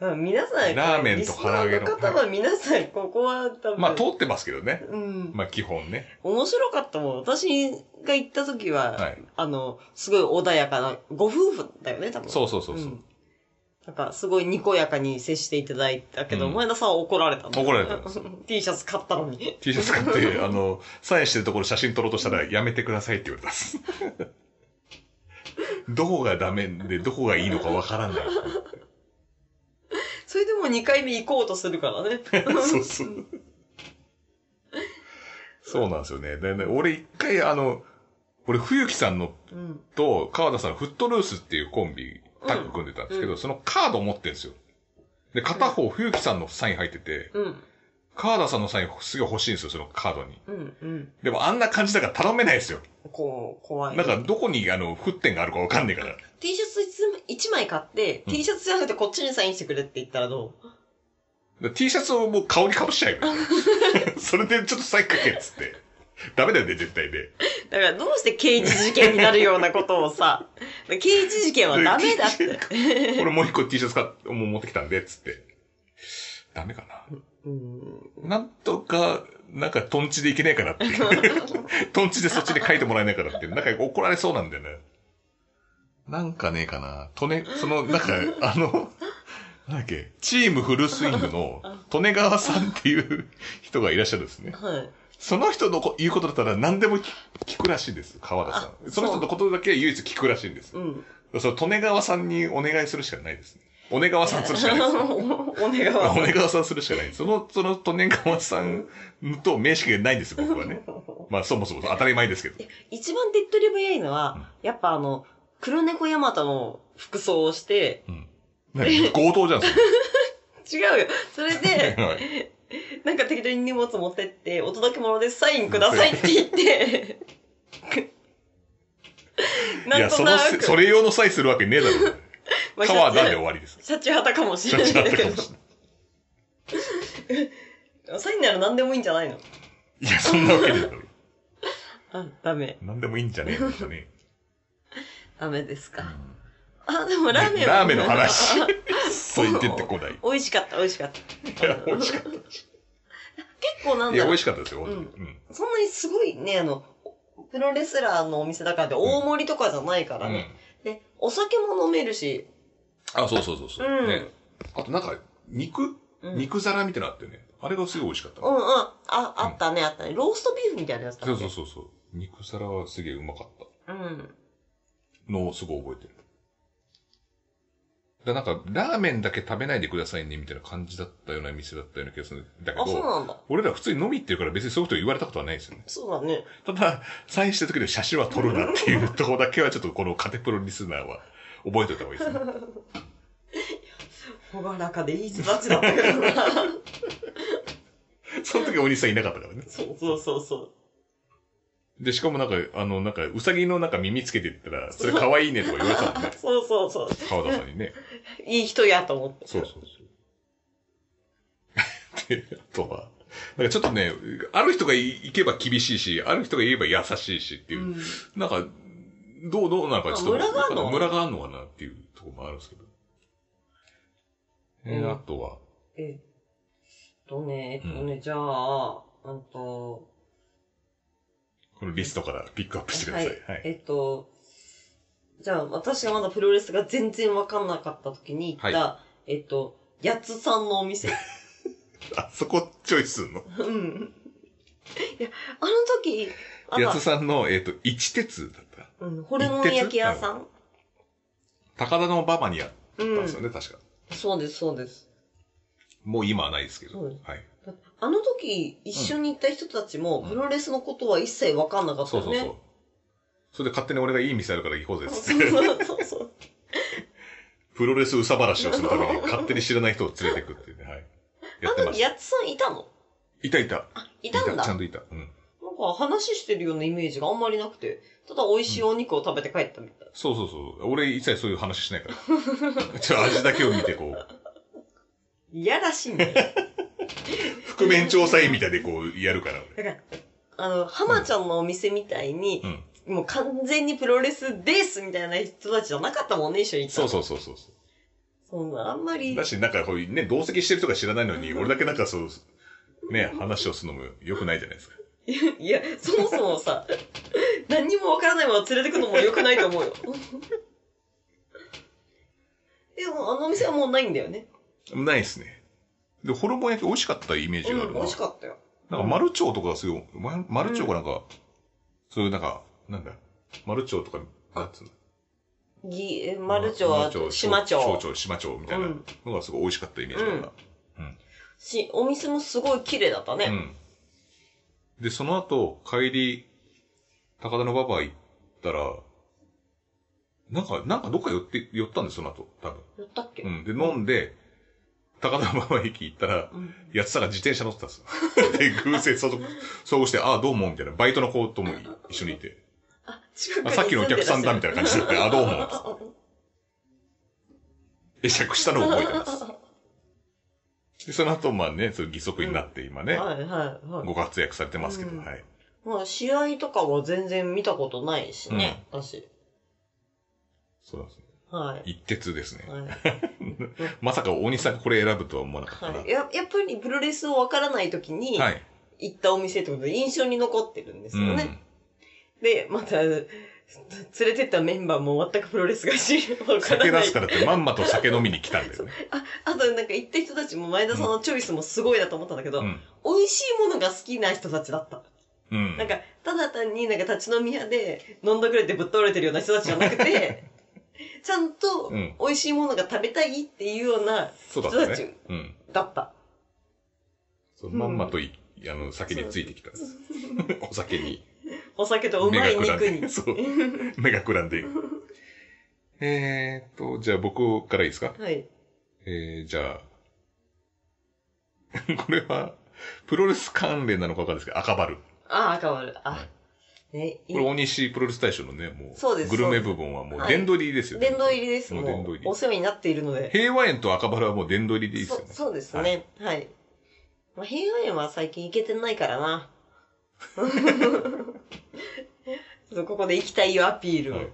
Speaker 1: まあ皆さん、これ
Speaker 2: ラーメンと唐揚げの
Speaker 1: リスナーの方は皆さん、ここは多
Speaker 2: ン。
Speaker 1: 分。
Speaker 2: まあ、通ってますけどね。
Speaker 1: うん。
Speaker 2: まあ、基本ね。
Speaker 1: 面白かったもん。私が行った時は、
Speaker 2: はい
Speaker 1: あの、すごい穏やかな、ご夫婦だよね、多分。
Speaker 2: そうそうそうそう。
Speaker 1: んなんか、すごいにこやかに接していただいたけど、
Speaker 2: うん
Speaker 1: 前田さんは怒られたの。
Speaker 2: 怒られたんです
Speaker 1: T シャツ買ったのに。
Speaker 2: T シャツ買って、あの、サインしてるところ写真撮ろうとしたら、やめてくださいって言われたん です。どこがダメで、どこがいいのかわからない。
Speaker 1: それでも2回目行こうとするから ね。
Speaker 2: そうそう。そうなんですよね。でね俺一回、あの、俺、冬木さんの
Speaker 1: うん。
Speaker 2: と、川田さんのフットルースっていうコンビ、タッグ組んでたんですけど、
Speaker 1: う
Speaker 2: そのカードを持ってるんですよ。で、片方、冬木さんのサイン入ってて、
Speaker 1: うん。
Speaker 2: 川田さんのサインすごい欲しいんですよ、そのカードに。
Speaker 1: うん。うん。
Speaker 2: でも、あんな感じだから頼めないですよ。
Speaker 1: こう、怖い。
Speaker 2: なんか、どこに、あの、沸点があるかわかんないから。
Speaker 1: T シャツ1枚買って、
Speaker 2: うん
Speaker 1: T シャツじゃなくてこっちにサインしてくれって言ったらどう
Speaker 2: だから T シャツをもう顔にかぶしちゃえばいい それでちょっとサインかけっつって。ダメだよね、絶対ね。
Speaker 1: だからどうして刑事事件になるようなことをさ、 刑事事件はダメだ って。
Speaker 2: 俺もう一個 T シャツ買って、もう持ってきたんで、つって。ダメか
Speaker 1: うん。
Speaker 2: な。なんとか、なんかトンチでいけないか らって。トンチでそっちで書いてもらえないからって。なんか怒られそうなんだよね。なんかねえかな。とね、その、なんか、あの、なんだっけ、チームフルスイングの、利根川さんっていう人がいらっしゃるんですね。
Speaker 1: はい。
Speaker 2: その人のこ言うことだったら何でも聞聞くらしいです、川田さん。
Speaker 1: あ
Speaker 2: その人のことだけ唯一聞くらしいんです。
Speaker 1: うん。
Speaker 2: その、利根川さんにお願いするしかないですね。お根川さんするしかないです。
Speaker 1: お願い
Speaker 2: お
Speaker 1: は。
Speaker 2: 根川さんするしか ない。その、その、利根川さんと名識がないんです、僕は ね。まあ、そもそも当たり前ですけど。
Speaker 1: 一番手っ取り早いのは、やっぱあの、黒猫ヤマタの服装をして、
Speaker 2: うん。何強盗じゃん、それ。
Speaker 1: 違うよ。それで、
Speaker 2: はい
Speaker 1: なんか適当に荷物持ってって、お届け物ですサインくださいって言って、
Speaker 2: いや、その、それ用のサインするわけねえだろ。
Speaker 1: まあ
Speaker 2: 川田で 終わりです。
Speaker 1: シャチハタかもし
Speaker 2: ち
Speaker 1: れ
Speaker 2: ょっ
Speaker 1: ない
Speaker 2: と待
Speaker 1: け
Speaker 2: ってかもし
Speaker 1: ど。
Speaker 2: れない。
Speaker 1: サインなら何でもいいんじゃないの
Speaker 2: いや、そんなわけねえだろ。
Speaker 1: あ、ダメ。
Speaker 2: 何でもいいんじゃねえのじゃね
Speaker 1: ダメです
Speaker 2: え
Speaker 1: か。あ、でも
Speaker 2: ラ
Speaker 1: ラーメンは
Speaker 2: ーメンの話。 そう言ってってこない。
Speaker 1: 美味しかった、美味しかった。
Speaker 2: いや、美味しかっ
Speaker 1: 結構な
Speaker 2: た。
Speaker 1: ん
Speaker 2: い
Speaker 1: だ
Speaker 2: や、美
Speaker 1: ろう
Speaker 2: 味しかったですよ、
Speaker 1: うん
Speaker 2: 本当にうん。
Speaker 1: そんなにすごいね、あの、プロレスラーのお店だからで大盛りとかじゃないから
Speaker 2: うん
Speaker 1: ね。で、お酒も飲めるし、
Speaker 2: あ、そうそうそうそう、
Speaker 1: うん
Speaker 2: ね。あとなんか、肉、
Speaker 1: うん
Speaker 2: 肉皿みたいなのあってね。あれがすごい美味しかった。
Speaker 1: うんうん、あ、あったね、あったね。ローストビーフみたいなやつだ
Speaker 2: そ
Speaker 1: っ
Speaker 2: う
Speaker 1: け
Speaker 2: そうそうそう。肉皿はすげえうまかっ
Speaker 1: うん。
Speaker 2: た。のをすごい覚えてる。だなんか、ラーメンだけ食べないでくださいね、みたいな感じだったような店だったような気がするんだけ
Speaker 1: あ、そう
Speaker 2: ど、
Speaker 1: なんだ。
Speaker 2: 俺ら普通に飲み行ってるから別にそういうこと言われたことはないですよね。
Speaker 1: そうだね。
Speaker 2: ただ、サインしてる時の写真は撮るなっていうところだけはちょっとこのカテプロリスナーは覚えておいた方がいいですね。
Speaker 1: ほがらかでいい人たちだったけどな。
Speaker 2: その時お兄さんいなかったからね。
Speaker 1: そうそうそうそう。。
Speaker 2: で、しかもなんか、あの、なんか、うさぎのなんか耳つけていったら、それ可愛いねとか言われたもんね
Speaker 1: そうそうそう。
Speaker 2: 川田さんにね。
Speaker 1: いい人やと思って。
Speaker 2: そうそうそう。 で、あとは、なんかちょっとね、ある人が行けば厳しいし、ある人が言えば優しいしっていう、
Speaker 1: うん
Speaker 2: なんか、どう、どうなのかちょ
Speaker 1: あ
Speaker 2: っと、
Speaker 1: ムラがあんの
Speaker 2: ムラがあんのかなっていうところもあるんですけど。えー
Speaker 1: うん
Speaker 2: あとは、
Speaker 1: えっとね、えっとね、じゃあ、うんと、
Speaker 2: このリストからピックアップしてください。はい。
Speaker 1: えっと、じゃあ、私がまだプロレスが全然わかんなかった時に行った、えっと、やつさんのお 店。
Speaker 2: あそこチョイスするの
Speaker 1: うん。いや、あの時、あ
Speaker 2: やつさんの、えっ、と、一鉄だった。
Speaker 1: うん、ホルモン焼き屋さん。
Speaker 2: 高田の馬場にあった
Speaker 1: うんん
Speaker 2: です。よね、確か。
Speaker 1: そうです、そうです。
Speaker 2: もう今はないですけど。
Speaker 1: そう
Speaker 2: は
Speaker 1: で
Speaker 2: い
Speaker 1: す。あの時、一緒に行った人たちも、
Speaker 2: うん
Speaker 1: プロレスのことは一切わかんなかった
Speaker 2: そう
Speaker 1: よ
Speaker 2: そう
Speaker 1: ね。
Speaker 2: そう。それで勝手に俺がいい店あるから行こうぜっつ
Speaker 1: そ
Speaker 2: っ
Speaker 1: う
Speaker 2: て、
Speaker 1: そうそう。
Speaker 2: プロレスうさばらしをするために 勝手に知らない人を連れてくっていうね、はい。や っ
Speaker 1: あ
Speaker 2: て
Speaker 1: の
Speaker 2: ま
Speaker 1: 時、
Speaker 2: した。
Speaker 1: やつさんいたの
Speaker 2: いたいた。
Speaker 1: あ、いたんだ。な
Speaker 2: ちゃ
Speaker 1: んんか
Speaker 2: といた。うん。
Speaker 1: 話してるようなイメージがあんまりなくて、ただ美味しいお肉を食べて帰ったみたい。
Speaker 2: そうそうそう。俺一切そういう話しない から。ちょっと味だけを見てこう、
Speaker 1: いやらしいんだよ。
Speaker 2: 覆面調査員みたいでこうやるから俺。
Speaker 1: だから、あの、浜ちゃんのお店みたいに
Speaker 2: う、ん。
Speaker 1: もう完全にプロレスですみたいな人たちじゃなかったもんね、一緒に行った
Speaker 2: そ
Speaker 1: の
Speaker 2: うそうそうそう。
Speaker 1: そんな、あんまり
Speaker 2: だ。し、なんかこうね、同席してるとか知らないのに、俺だけなんかそう、ね、話をするのも良くないじゃないですか。
Speaker 1: いや、そもそもさ、何にもわからないまま連れてくのも良くないと思うよ。でも、あのお店はもうないんだよね。
Speaker 2: ないですね。で、ホルモン焼き美味しかったイメージ
Speaker 1: う
Speaker 2: がある
Speaker 1: ん、
Speaker 2: な。
Speaker 1: 美味しかったよ。
Speaker 2: なんか丸蝶とかすごい、ま丸蝶がなんか、そういうなんか、なんだ、丸蝶とか、なんつうの
Speaker 1: ぎ、え丸町は島町。
Speaker 2: 小町、島町みたいなのがすごい美味しかったイメージがあるな。
Speaker 1: し、お店もすごい綺麗だった
Speaker 2: う
Speaker 1: ね。
Speaker 2: ん。で、その後、帰り、高田の馬場行ったら、なんか、なんかどっか寄って、寄ったんです、その後、多分。
Speaker 1: やったっけ、
Speaker 2: うん。で、飲んで、高田馬場駅行ったら、
Speaker 1: うん
Speaker 2: やつさが自転車乗ってたんですよ。 で、偶然そ、そうして、ああ、どうも、みたいな。バイトの子とも一緒にいて。
Speaker 1: あ、近く
Speaker 2: あ
Speaker 1: に
Speaker 2: さっきのお客さんだ、みたいな感じで、ああ、どうも。つって会 釈したのを覚えてます。で、その後、まあね、そう義足になって、今ね、
Speaker 1: はいはいはい。
Speaker 2: ご活躍されてますけど、
Speaker 1: うん
Speaker 2: はい。
Speaker 1: まあ、試合とかは全然見たことないしね、私。
Speaker 2: そうなんですね。
Speaker 1: はい。
Speaker 2: 一徹ですね。
Speaker 1: はい
Speaker 2: まさか大西さんがこれ選ぶとは思わなかったな。
Speaker 1: はい、ややっぱりプロレスをわからない時に
Speaker 2: はい。
Speaker 1: 行ったお店ってことで印象に残ってるんですよね。で、また、連れてったメンバーも全くプロレスが知らわから
Speaker 2: 酒
Speaker 1: な
Speaker 2: 出
Speaker 1: い
Speaker 2: す。からってまんまと酒飲みに来たんだ よね。
Speaker 1: ああとなんか行った人たちも前田さんのチョイスもすごいだと思ったんだけど、
Speaker 2: うん。
Speaker 1: 美味しいものが好きな人たちだった。
Speaker 2: うん。
Speaker 1: なんか、ただ単になんか立ち飲み屋で飲んだくれてぶっ倒れてるような人たちじゃなくて、ちゃんと
Speaker 2: うん
Speaker 1: 美味しいものが食べたいっていうような、
Speaker 2: そうだった
Speaker 1: 人た
Speaker 2: ね。うん。
Speaker 1: だった。
Speaker 2: そうまんまとい、あの、酒についてきたんです。 お酒に。
Speaker 1: お酒とうまい肉に。
Speaker 2: そう。目がくら んで。えーっと、じゃあ僕からいいですか
Speaker 1: はい。
Speaker 2: えー、じゃあ。 これは、プロレス関連なのかわかんないですけど、赤バル。
Speaker 1: ああ、変わる。あ、ね、い
Speaker 2: これ大西プロレス大賞のね、も
Speaker 1: そう
Speaker 2: う、
Speaker 1: です
Speaker 2: グルメ部分はもう
Speaker 1: はい
Speaker 2: 殿堂入りですよね。
Speaker 1: 殿堂入りです。
Speaker 2: もう
Speaker 1: も
Speaker 2: 殿
Speaker 1: う
Speaker 2: 堂入り
Speaker 1: お世話になっているので。
Speaker 2: 平和園と赤バルはもう殿堂入りでいいですよね
Speaker 1: そ。そうですね。はい。まあ、平和園は最近行けてないからな。 ちょっとここで行きたいよアピールを。
Speaker 2: はい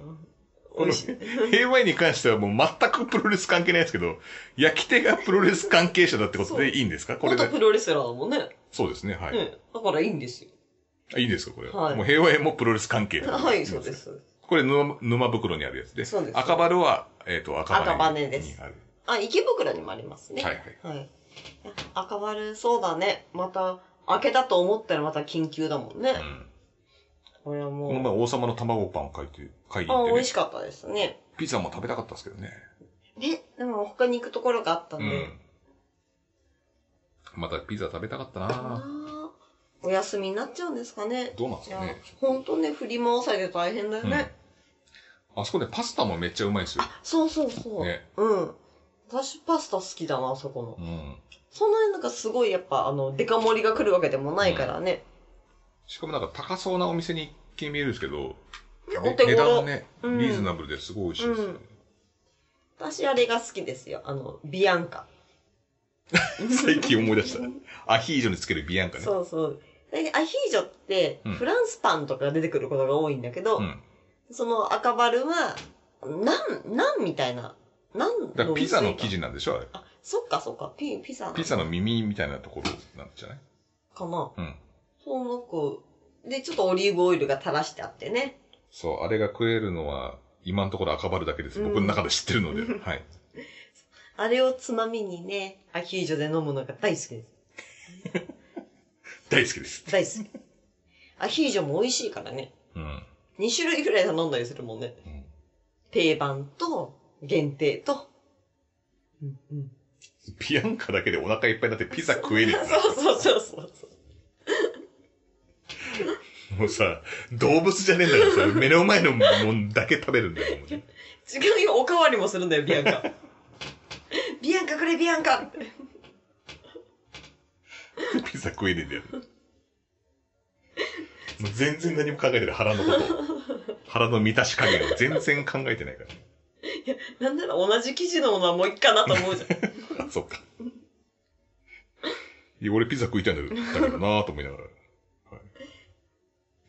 Speaker 1: 美味しい。
Speaker 2: 平和園に関してはもう全くプロレス関係ないですけど、焼き手がプロレス関係者だってことでいいんですかこれ
Speaker 1: 元
Speaker 2: で。
Speaker 1: プロレスラーだもんね。
Speaker 2: そうですね、は
Speaker 1: う
Speaker 2: い。
Speaker 1: ん。だからいいんですよ。
Speaker 2: あいいですかこれ。
Speaker 1: はい
Speaker 2: もう平和園もプロレス関係。
Speaker 1: はい、そうで。す。そうです
Speaker 2: これ沼、沼袋にあるやつで。
Speaker 1: そうです
Speaker 2: 赤バルは、えっ、と、赤羽に
Speaker 1: 赤羽です
Speaker 2: にある。
Speaker 1: あ、池袋にもありますね。
Speaker 2: はい
Speaker 1: い。
Speaker 2: はい。
Speaker 1: はい、赤丸、そうだね。また、明けだと思ったらまた緊急だもんね。
Speaker 2: うん
Speaker 1: これはも
Speaker 2: こ
Speaker 1: う。
Speaker 2: の前、王様の卵パン買いて、買いに行
Speaker 1: あ
Speaker 2: って
Speaker 1: 美
Speaker 2: ね
Speaker 1: 味し。かったですね。
Speaker 2: ピザも食べたかったですけどね。
Speaker 1: ね、でも他に行くところがあったん
Speaker 2: う
Speaker 1: で。
Speaker 2: ん。またピザ食べたかった
Speaker 1: あ
Speaker 2: な
Speaker 1: ーお休みになっちゃうんですかね。
Speaker 2: どうなんです
Speaker 1: いや
Speaker 2: かね。、
Speaker 1: ほんとね、振り回されて大変だよね。
Speaker 2: うん。あそこでパスタもめっちゃうまいですよ。
Speaker 1: そうそうそう。
Speaker 2: ね
Speaker 1: うん。私パスタ好きだな、あそこの
Speaker 2: う。ん。
Speaker 1: そんなになんかすごいやっぱ、あの、デカ盛りが来るわけでもないからね。
Speaker 2: しかもなんか高そうなお店に一見見えるんですけど、
Speaker 1: お
Speaker 2: ね
Speaker 1: 手
Speaker 2: 値段
Speaker 1: 頃
Speaker 2: が。ね、リ
Speaker 1: うん
Speaker 2: ーズナブルですごい美味しいですよね。
Speaker 1: 私あれが好きですよ。あの、ビアンカ。
Speaker 2: 最近思い出した。アヒージョにつけるビアンカね。
Speaker 1: そうそう。でアヒージョって
Speaker 2: うん、
Speaker 1: フランスパンとかが出てくることが多いんだけど、
Speaker 2: うん。
Speaker 1: その赤バルは、なん、なんみたいな。なん
Speaker 2: だからピザの
Speaker 1: 薄
Speaker 2: 生
Speaker 1: いか。
Speaker 2: 地なんでしょあれ。
Speaker 1: あ、そっかそっか。ピ、ピザ。
Speaker 2: ピザの耳みたいなところなんじゃない
Speaker 1: かな。
Speaker 2: うん。
Speaker 1: その子。で、ちょっとオリーブオイルが垂らしてあってね。
Speaker 2: そう、あれが食えるのは、今のところ赤バルだけです。
Speaker 1: うん
Speaker 2: 僕の中で知ってるので。 はい。
Speaker 1: あれをつまみにね、アヒージョで飲むのが大好きです。
Speaker 2: 大好きです。
Speaker 1: 大好 き。アヒージョも美味しいからね。
Speaker 2: うん。
Speaker 1: 2種類ぐらい頼んだりするもんね。
Speaker 2: うん
Speaker 1: 定番と、限定と。うんうん。
Speaker 2: ビアンカだけでお腹いっぱいになってピザ食えねえな
Speaker 1: そうそうそうそう。
Speaker 2: もうさ、動物じゃねえんだか らさ、目の前のもんだけ食べるんだよ。もうね
Speaker 1: 違うよ、おかわりもするんだよ、ビアンカ。 ビアンカくれ、ビアンカって。
Speaker 2: ピザ食えね えんだよ。もう全然何も考えてない、腹のこと。腹の満たし加減を全然考えてないから、
Speaker 1: なんなら同じ生地のものはもういっかなと思うじ ゃん。
Speaker 2: あ、そっか。いや、俺ピザ食いたいんだけど、だからなぁと思いながら。は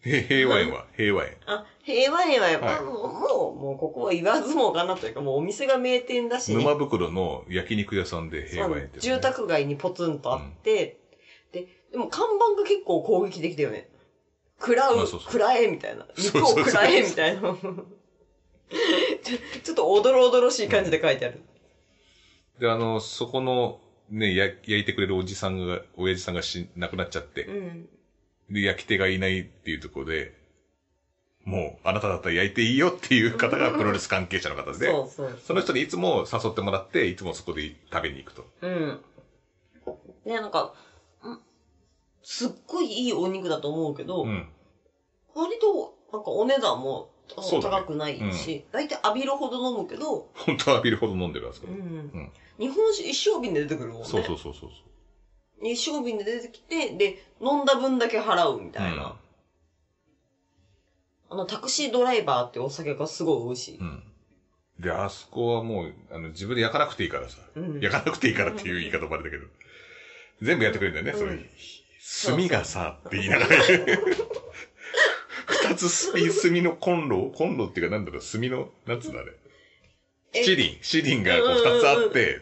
Speaker 2: い、へ平和 園は、平和園。
Speaker 1: あ、平和平和やっぱ、
Speaker 2: はい
Speaker 1: もう、もう、もうここは言わずもがなというか、もうお店が名店だし、
Speaker 2: 沼袋の焼肉屋さんで平和園って、
Speaker 1: そう住宅街にポツンとあって、で、でも看板が結構攻撃的だよね。食らう、
Speaker 2: まあそうそう
Speaker 1: 食らえ、みたいな。
Speaker 2: そ
Speaker 1: 肉
Speaker 2: うそう
Speaker 1: を
Speaker 2: そう
Speaker 1: 食らえ、みたいな。ち ょちょっとおどろおどろしい感じで書いてある。
Speaker 2: で、あの、そこの、ね、や焼いてくれるおじさんが、親父さんがし、亡くなっちゃって
Speaker 1: う、ん。
Speaker 2: で、焼き手がいないっていうところで、もう、あなただったら焼いていいよっていう方がプロレス関係者の方で、
Speaker 1: そうそう。
Speaker 2: その人にいつも誘ってもらって、いつもそこで食べに行くと。
Speaker 1: うん。で、なんか、んすっごいいいお肉だと思うけど、
Speaker 2: うん。
Speaker 1: 割と、なんかお値段もあ
Speaker 2: そうだね
Speaker 1: 高くないし、大体浴びるほど飲むけど、
Speaker 2: 本当は浴びるほど飲んでるあそこ
Speaker 1: うん。。
Speaker 2: ん
Speaker 1: 日本酒一升瓶で出てくるもんね。
Speaker 2: そうそうそうそう。
Speaker 1: 一升瓶で出てきて、で、飲んだ分だけ払うみたいな。あの、タクシードライバーってお酒がすごい美味しい。
Speaker 2: うん。うん。で、あそこはもう、あの、自分で焼かなくていいからさ。
Speaker 1: うん
Speaker 2: 焼かなくていいからっていう言い方もあれだけど。全部やってくれるんだよね、
Speaker 1: うん
Speaker 2: その、炭がさ、って言いながら。二つ炭、炭のコンロ、コンロっていうかなんだろう、炭の、なんつうんだね。
Speaker 1: え
Speaker 2: シリン、シリンがこう二つあって、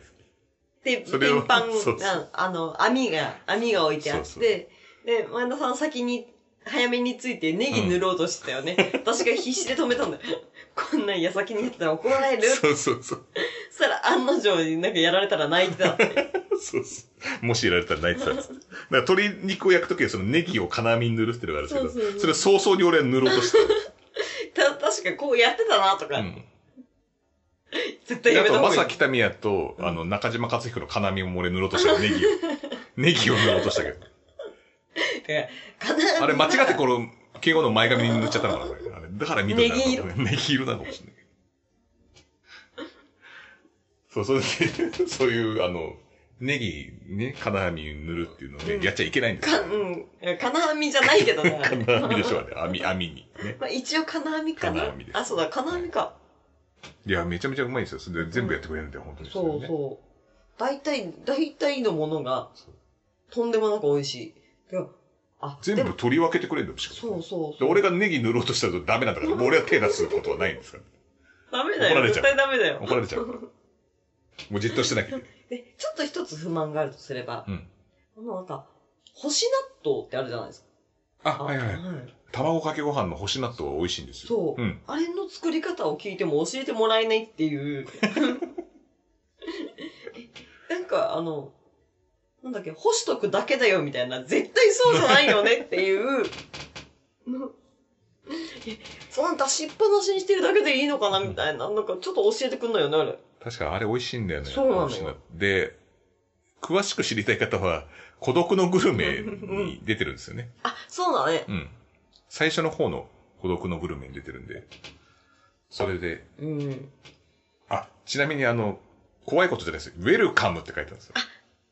Speaker 1: で、
Speaker 2: それを
Speaker 1: ピンパン
Speaker 2: そうそう
Speaker 1: ああの、網が、網が置いてあって、
Speaker 2: そうそう
Speaker 1: で、前田さん先に、早めについてネギ塗ろうとしてたよね。私が必死で止めたん だよ。こんなん矢先にやってたら怒られるそ
Speaker 2: そうそうそう。
Speaker 1: したら案の定になんかやられたら泣い てたって。
Speaker 2: そうそう。もしやられたら泣いてたっつって。だから鶏肉を焼くときはそのネギを金網に塗るっていうのがあるん
Speaker 1: そ
Speaker 2: です
Speaker 1: うそう
Speaker 2: け
Speaker 1: そ
Speaker 2: ど、
Speaker 1: う
Speaker 2: それを早々に俺は塗ろうとして
Speaker 1: た、確かこうやってたなとか、
Speaker 2: た。うん。
Speaker 1: 絶対や
Speaker 2: あ
Speaker 1: めた
Speaker 2: と、
Speaker 1: 方が
Speaker 2: ま
Speaker 1: いい。
Speaker 2: さきたみやと、あの、中島克彦の金網も俺塗ろうとしたよ ネギを。ネギを塗ろうとしたけど。
Speaker 1: て か必ず
Speaker 2: あれ間違ってこの、敬語の前髪に塗っちゃったのかな、これ。あれだから緑なのかなこれネギ色なのかもしれない。そう、それで、そういう、あの、ネギ、ね、金網塗るっていうのをね、
Speaker 1: うん
Speaker 2: やっちゃいけないんです
Speaker 1: か、
Speaker 2: よ。
Speaker 1: うん。金網じゃないけ どね。あれ
Speaker 2: 金網でしょ、あれ。網、網に。ね。
Speaker 1: まあ一応金網かな。
Speaker 2: 金網です
Speaker 1: あ、そうだ、金網か。
Speaker 2: いや、めちゃめちゃうまいんですよ。それで全部やってくれるんだよ、本当に。
Speaker 1: そうそう。大体、大体のものが、とんでもなく美味しい。いや、あ、
Speaker 2: 全
Speaker 1: で
Speaker 2: 部
Speaker 1: も
Speaker 2: 取り分けてくれるんだよ、しかも
Speaker 1: そうそう
Speaker 2: で
Speaker 1: そう。
Speaker 2: 俺がネギ塗ろうとしたらダメなんだから、もう俺は手出すことはないんですから。
Speaker 1: ダメだ
Speaker 2: 怒ら
Speaker 1: よ。
Speaker 2: れち
Speaker 1: 絶
Speaker 2: ゃう
Speaker 1: 対ダメだよ。
Speaker 2: 怒られち ゃうから。もうじっとしてなきゃいけない。
Speaker 1: で、ちょっと一つ不満があるとすれば、
Speaker 2: うん
Speaker 1: あの、なんか、干し納豆ってあるじゃないです
Speaker 2: あ、
Speaker 1: か。
Speaker 2: はいはい。卵かけご飯の干し納豆は美味しいんですよ。
Speaker 1: そう
Speaker 2: うん。
Speaker 1: あれの作り方を聞いても教えてもらえないっていう。 なんか、あの、なんだっけ、干しとくだけだよみたいな、絶対そうじゃないよねっていう。 の えそんな出しっぱなしにしてるだけでいいのかなみたいな、なんかちょっと教えてくんのよね、あれ。
Speaker 2: 確かあれ美味しいんだよね。
Speaker 1: そうなのよ
Speaker 2: 干し納豆で、詳しく知りたい方は、孤独のグ ルメに出てるんですよね。
Speaker 1: あ、そうだね。
Speaker 2: うん。最初の方の孤独のグルメに出てるんで。それで、
Speaker 1: うん。
Speaker 2: あ、ちなみにあの、怖いことじゃないですよ。ウェルカムって書いてあるんですよ。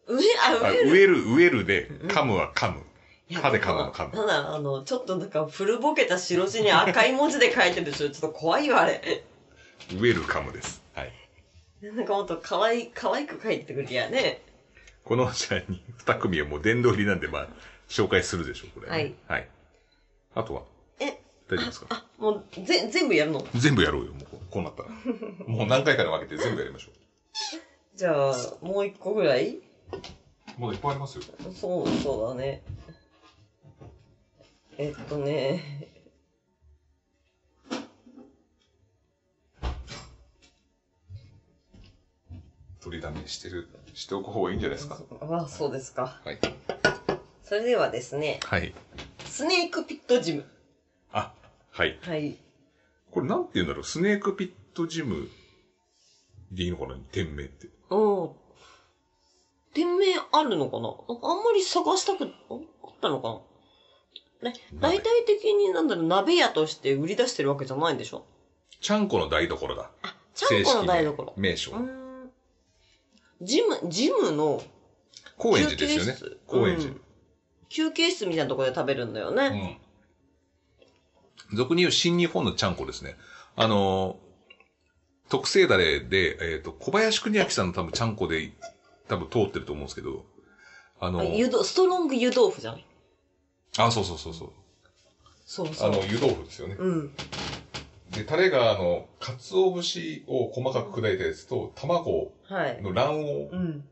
Speaker 1: 上、あ、
Speaker 2: あウ
Speaker 1: 上る。
Speaker 2: ェル、ウェルで
Speaker 1: う、ん
Speaker 2: カムはカム。
Speaker 1: いや
Speaker 2: 歯で噛むの噛む
Speaker 1: ただ、あの、ちょっとなんか古ぼけた白地に赤い文字で書いてるでしょ。ちょっと怖いわ、あれ。
Speaker 2: ウェルカムです。はい。
Speaker 1: なんかもっと可愛い、可愛く書いてくるやね。
Speaker 2: このじゃあに二組はもう殿堂入りなんで、まあ、紹介するでしょう、これ、
Speaker 1: はい。
Speaker 2: はい。あとは
Speaker 1: え、
Speaker 2: 大丈夫ですか
Speaker 1: あ、もう、ぜ、全部やるの
Speaker 2: 全部やろうよ、もう。こうなっ たら。もう何回かに分けて全部やりましょ。
Speaker 1: じゃあ、もう一個ぐらいう
Speaker 2: もういっぱいありますよ。
Speaker 1: そう、そうだね。えっとね。
Speaker 2: 取りだめしてる、しておく方がいいんじゃないですか。
Speaker 1: あ、そうですか。
Speaker 2: はい。
Speaker 1: それではですね、
Speaker 2: はい。
Speaker 1: スネークピットジム。
Speaker 2: あ、はい。
Speaker 1: はい。
Speaker 2: これなんて言うんだろう、スネークピットジムでいいのかな店名って。
Speaker 1: うん。店名あるのかなああんまり探したく、ああったのかなね、大体的になんだろう、鍋屋として売り出してるわけじゃないんでしょ
Speaker 2: ちゃんこの台所だ。
Speaker 1: あ、ちゃんこの台所
Speaker 2: 正式。名称
Speaker 1: う。ーん。ジム、ジムの
Speaker 2: 高円寺ですよね
Speaker 1: 休憩室。
Speaker 2: 高円
Speaker 1: うん休憩室みたいなところで食べるんだよね。
Speaker 2: 寺。うん。俗に言う新日本のちゃんこですね。あのー、特製だれで、えっ、と、小林邦明さんの多分ちゃんこで、多分通ってると思うんですけど、あの
Speaker 1: あ
Speaker 2: ー、
Speaker 1: 湯豆ストロング湯豆腐じゃない
Speaker 2: あ、そうそうそうそう。
Speaker 1: そうそ
Speaker 2: あ
Speaker 1: う
Speaker 2: の、。湯豆腐ですよね。
Speaker 1: うん。
Speaker 2: で、タレが、あの、鰹節を細かく砕いたやつと、卵
Speaker 1: はい。
Speaker 2: の卵
Speaker 1: う
Speaker 2: 黄
Speaker 1: ん。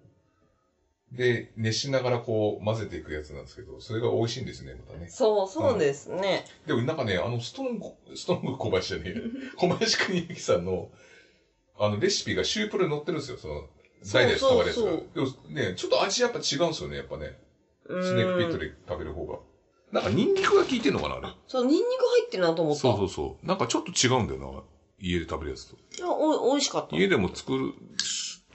Speaker 2: で熱しながらこう混ぜていくやつなんですけど、それが美味しいんですね、またね。
Speaker 1: そう、そうですね。
Speaker 2: でもなんかね、あの、ストーンコ、ストーンコ小林じゃ ねえや小林邦之さんの、あの、レシピがシュープルに載ってるんですよ、その、
Speaker 1: そう
Speaker 2: 代々伝わるやつ
Speaker 1: そう
Speaker 2: が。でもね、ちょっと味やっぱ違うんですよね、やっぱね。
Speaker 1: う
Speaker 2: スネークピット
Speaker 1: ん。
Speaker 2: で食べる方が。なんかニンニクが効いてんのかな、あれ。
Speaker 1: そう、ニンニク入ってるなと思った。
Speaker 2: そうそうそう。なんかちょっと違うんだよな、家で食べるやつと。
Speaker 1: いや、おい、美味しかった。
Speaker 2: 家でも作る、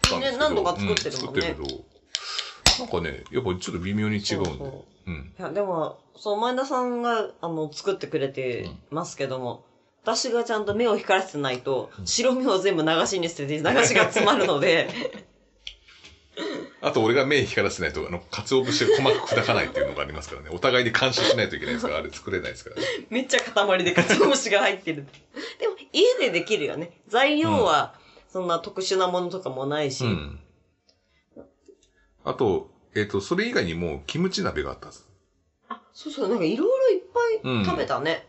Speaker 2: たんですけど
Speaker 1: ね何度か作ってるもんね
Speaker 2: う作ってるけど、なんかね、やっぱちょっと微妙に違うんで。
Speaker 1: そううそ
Speaker 2: ん。
Speaker 1: いや、でも、そう、前田さんが、あの、作ってくれてますけども、私がちゃんと目を光らせてないと、白目を全部流しに捨てて、流しが詰まるので、
Speaker 2: あと俺が目光らせないと、あの、鰹節を細かく砕かないっていうのがありますからね。お互いに監視しないといけないですから、あれ作れないですからね。
Speaker 1: めっちゃ塊で鰹節が入ってる。 でも、家でできるよね。材料は、そんな特殊なものとかもないし、
Speaker 2: うん。あと、えっ、と、それ以外にも、キムチ鍋があったはず
Speaker 1: あ、そうそう、なんかいろいろいっぱい食べたね。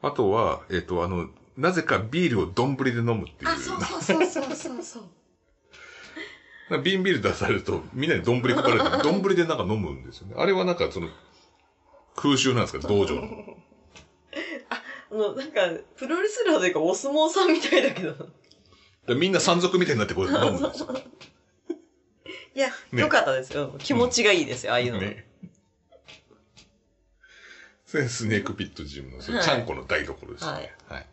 Speaker 2: あとは、えっ、と、あの、なぜかビールを丼で飲むっていう。
Speaker 1: あ、そうそうそうそうそうそう。
Speaker 2: なんか 瓶ビール出されると、みんなに丼配られて、丼でなんか飲むんですよね。あれはなんか、その、空襲なんですか、道場の。
Speaker 1: あの、なんか、プロレスラーというか、お相撲さんみたいだけど。
Speaker 2: でみんな山賊みたいになってこう飲むんですよ。
Speaker 1: いや、
Speaker 2: ね
Speaker 1: よかったですよ。気持ちがいいですよ、ああいうの。
Speaker 2: ね。それスネークピットジムの、その
Speaker 1: はい
Speaker 2: ちゃんこの台所ですね。はい。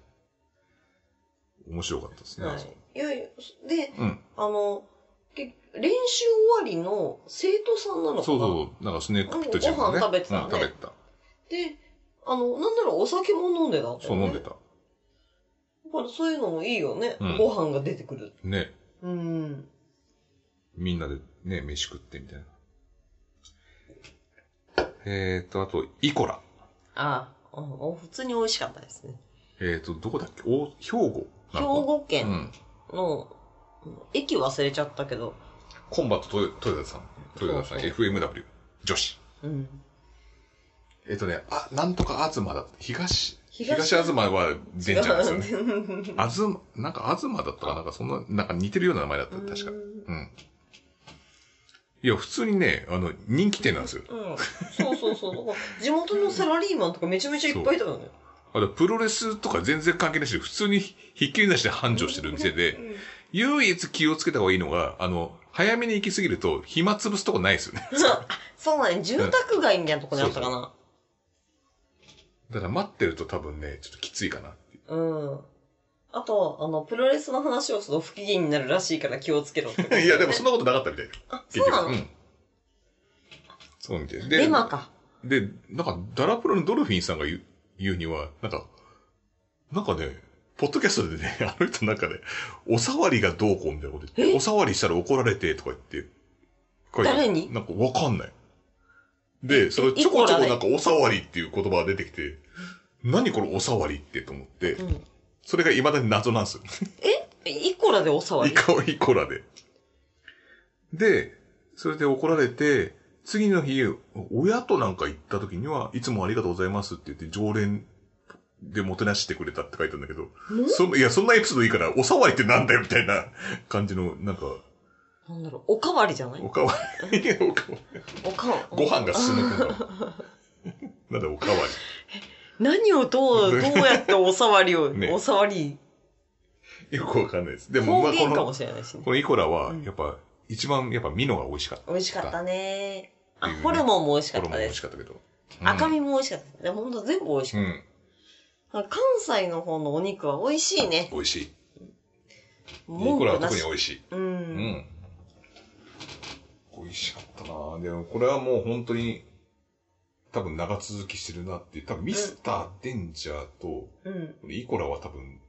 Speaker 2: 面白かったですね。
Speaker 1: は
Speaker 2: あそこ
Speaker 1: い。いやいや、で、
Speaker 2: うん。
Speaker 1: あの、け練習終わりの生徒さんなのかな
Speaker 2: そうそう。なんかスネークピットジムの
Speaker 1: うんご飯食べてたね
Speaker 2: うん食べてた。
Speaker 1: で、あの、なんならお酒も飲んでたんだよね。
Speaker 2: そう飲んでた。
Speaker 1: だからそういうのもいいよね。
Speaker 2: うん
Speaker 1: ご飯が出てくる。
Speaker 2: ね。
Speaker 1: うん。
Speaker 2: みんなでね、飯食ってみたいな。えっと、あと、イコラ。
Speaker 1: ああ、うんお普通に美味しかったですね。
Speaker 2: えっと、どこだっけお兵庫な
Speaker 1: 兵
Speaker 2: のか
Speaker 1: 庫
Speaker 2: う
Speaker 1: 県
Speaker 2: ん。
Speaker 1: の、うん駅忘れちゃったけど、
Speaker 2: コンバットトヨトヨタさん。トヨタさん、
Speaker 1: そう
Speaker 2: FMW。女子。
Speaker 1: うん。
Speaker 2: えっとね、あ、なんとか東だった。東、
Speaker 1: 東
Speaker 2: 東東は電車なんですよね。
Speaker 1: ね。
Speaker 2: あず、なんか東だったかなんかそんな、なんか似てるような名前だった、確か。うん。いや、普通にね、あの、人気店なんですよ。
Speaker 1: うん。そうそうそう。だから地元のサラリーマンとかめちゃめちゃいっぱいいたよね。
Speaker 2: あと、プロレスとか全然関係ないし、普通にひひっきりなしで繁盛してる店で、唯一気をつけた方がいいのが、あの、早めに行き過ぎると、暇潰すとこないですよね。
Speaker 1: そうだね。住宅街みたいなとこにあったかな。
Speaker 2: だから待ってると多分ね、ちょっときついかなっていう。
Speaker 1: うん。あと、あの、プロレスの話をすると不機嫌になるらしいから気をつけろってことだよね、
Speaker 2: いや、でもそんなことなかったみたいよ。
Speaker 1: あ、そうなの、
Speaker 2: うん。そうみたいで。
Speaker 1: デマか。
Speaker 2: で、なんか、ダラプロのドルフィンさんが言う言うには、なんか、なんかね、ポッドキャストでね、あ の人なんかね、おさわりがどうこうみたいなこと言って、おさわりしたら怒られてとか言って、書いてある
Speaker 1: 誰に
Speaker 2: なんかわかんない。で、それちょこちょこなんかおさわりっていう言葉が出てきて、何これおさわりってと思って、
Speaker 1: うん。
Speaker 2: それが未だに謎なんですよ。
Speaker 1: え、イコラでお騒ぎ
Speaker 2: イコイコラで。で、それで怒られて、次の日、親となんか行った時には、いつもありがとうございますって言って、常連でもてなしてくれたって書いてあるんだけど、そのいや、そんなエピソードいいから、おさわりってなんだよみたいな感じの、なんか、
Speaker 1: なんだろう、おかわりじゃない
Speaker 2: おかわり、 おかわり
Speaker 1: おかわ
Speaker 2: ご飯が進むんだ。 なんだ、おかわ
Speaker 1: 何をどう、どうやってお騒ぎを、
Speaker 2: ね
Speaker 1: お騒ぎ、
Speaker 2: り。よくわかんないです。でも、
Speaker 1: 方
Speaker 2: まあ、こ
Speaker 1: 言かも
Speaker 2: の、
Speaker 1: しれないしね。
Speaker 2: このイコラは、やっぱ、一番、やっぱ、ミノが美味しかった。
Speaker 1: 美味しかったね。あ
Speaker 2: っていう、ね
Speaker 1: ホルモンも美味しか
Speaker 2: こ
Speaker 1: っ
Speaker 2: れ
Speaker 1: た
Speaker 2: も美
Speaker 1: で
Speaker 2: 味し
Speaker 1: す。
Speaker 2: かったけど。うん
Speaker 1: 赤身も美味しかったです。でもほんと全部美味し
Speaker 2: う
Speaker 1: かっ
Speaker 2: ん、
Speaker 1: た。関西の方のお肉は美味しいね。
Speaker 2: 美味しい。
Speaker 1: 文
Speaker 2: ニコラは
Speaker 1: 句な
Speaker 2: 特に
Speaker 1: し。
Speaker 2: 美味しい。
Speaker 1: う。
Speaker 2: うんん。美味しかったなぁでもこれはもう本当に、多分長続きしてるなっていう、多分ミスター・デンジャーと、
Speaker 1: うん。
Speaker 2: イコラは多分、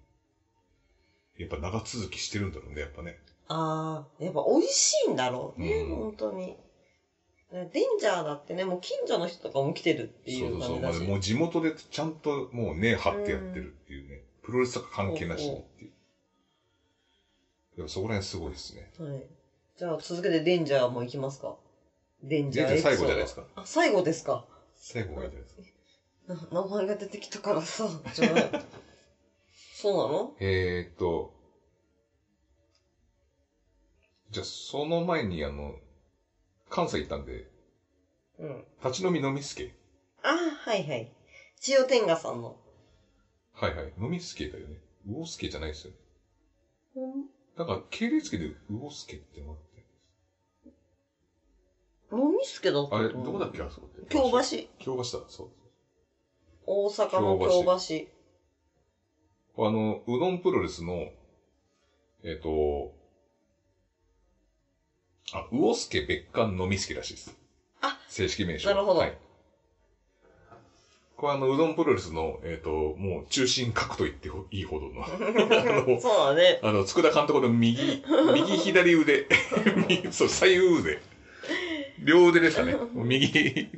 Speaker 2: やっぱ長続きしてるんだろうね、やっぱね。
Speaker 1: ああ、やっぱ美味しいんだろうね、
Speaker 2: うん
Speaker 1: 本当に。デンジャーだってね、もう近所の人とかも来てるってい
Speaker 2: そううそう
Speaker 1: 感
Speaker 2: そう。
Speaker 1: じ
Speaker 2: まあ
Speaker 1: だし。
Speaker 2: もう地元でちゃんともう根張ってやってるっていうね。プロレスとか関係なしにっていう。でもそこら辺すごいですね。
Speaker 1: はい。じゃあ続けてデンジャーも行きますか。デンジ
Speaker 2: じ
Speaker 1: ャー
Speaker 2: ゃあ
Speaker 1: エピソー
Speaker 2: 最
Speaker 1: ド
Speaker 2: 後じゃないですか。
Speaker 1: あ、最後ですか。
Speaker 2: 最後がいいじゃないですか。
Speaker 1: な名前が出てきたからさ、じゃあ。 そうなの
Speaker 2: えー、っと、じゃあその前にあの、関西行ったんで、
Speaker 1: うん。
Speaker 2: 立ち飲み飲みすけ。
Speaker 1: あーはいはい。千代天下さんの。
Speaker 2: はいはい。飲みすけだよね。魚すけじゃないですよね。
Speaker 1: うん
Speaker 2: だから系列家で魚すけってのがあって。
Speaker 1: 飲みすけだった
Speaker 2: あれ、
Speaker 1: と
Speaker 2: ど
Speaker 1: 思う
Speaker 2: こだっけあそこって。
Speaker 1: 京橋。
Speaker 2: 京橋だ、そう。
Speaker 1: 大阪の京橋。
Speaker 2: あの、うどんプロレスの、えっ、と、あ、魚助別館飲み助らしいです。
Speaker 1: あ
Speaker 2: 正式名称。
Speaker 1: なるほど
Speaker 2: はい。これあの、うどんプロレスの、えっ、と、もう中心角と言ってほいいほど の、あの、
Speaker 1: そうだね。
Speaker 2: あの、佃監督の右、右左腕。 右そう、左右腕。両腕 でしたね。右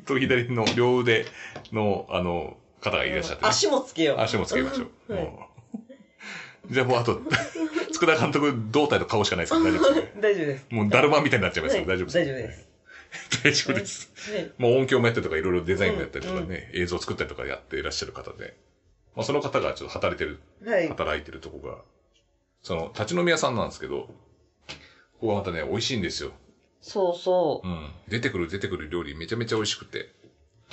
Speaker 2: と左の両腕の、あの、方がいらっしゃって、ね。
Speaker 1: 足もつけよう。
Speaker 2: 足もつけましょう。
Speaker 1: はい
Speaker 2: もう じゃあもうあと、佃監督胴体と顔しかない ですから大丈夫ですよね。
Speaker 1: 大丈夫です。
Speaker 2: もうだるまみたいになっちゃいますよ。
Speaker 1: はい
Speaker 2: 大丈夫です。
Speaker 1: 大丈夫です。
Speaker 2: 大丈夫です。
Speaker 1: ね
Speaker 2: もう音響もやったりとかいろいろデザインもやったりとかね、映像作ったりとかやっていらっしゃる方で、まあその方がちょっと働いてる、
Speaker 1: はい。
Speaker 2: 働いてるとこが、その立ち飲み屋さんなんですけど、ここはまたね、美味しいんですよ。
Speaker 1: そうそう
Speaker 2: う。ん。出てくる出てくる料理めちゃめちゃ美味しくて。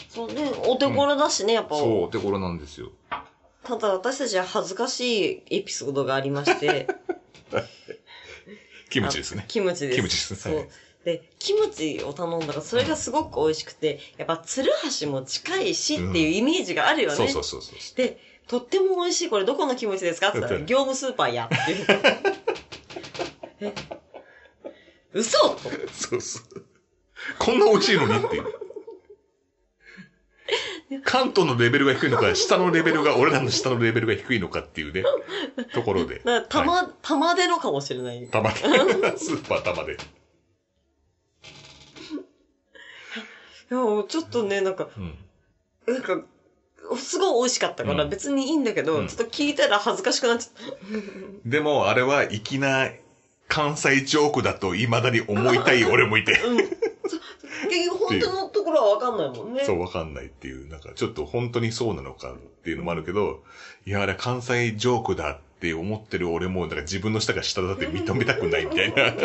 Speaker 1: そうね、お手頃だしね、やっぱ。
Speaker 2: そう、お手頃なんですよ。
Speaker 1: ただ私たちは恥ずかしいエピソードがありまして。
Speaker 2: キムチですね。
Speaker 1: キムチです。
Speaker 2: キムチです
Speaker 1: そう
Speaker 2: はい。
Speaker 1: で、キムチを頼んだら、それがすごく美味しくて、やっぱ、鶴橋も近いしっていうイメージがあるよね。
Speaker 2: そうそうそうそう。
Speaker 1: で、とっても美味しい、これどこのキムチですかって言ったら、
Speaker 2: うん
Speaker 1: 業務スーパーやっていう。え嘘と
Speaker 2: そうそう。こんな美味しいのにっていう。関東のレベルが低いのか、下のレベルが、俺らの下のレベルが低いのかっていうね、ところで。
Speaker 1: だからた
Speaker 2: はい、
Speaker 1: ま、たまでのかもしれない。
Speaker 2: たまで。スーパーたまで。
Speaker 1: いや、もうちょっとね、なんか、
Speaker 2: うん。
Speaker 1: なんか、すごい美味しかったから、
Speaker 2: うん
Speaker 1: 別にいいんだけど、
Speaker 2: うん
Speaker 1: ちょっと聞いたら恥ずかしくなっちゃっ
Speaker 2: でも、あれは粋な関西ジョークだと未だに思いたい俺もいて
Speaker 1: た。。うん。そう結局、本当のところはわかんないもんね。
Speaker 2: そう、わかんないっていう、なんか、ちょっと本当にそうなのかっていうのもあるけど、いや、あれ関西ジョークだって思ってる俺も、なんか自分の下が下だって認めたくないみたいな。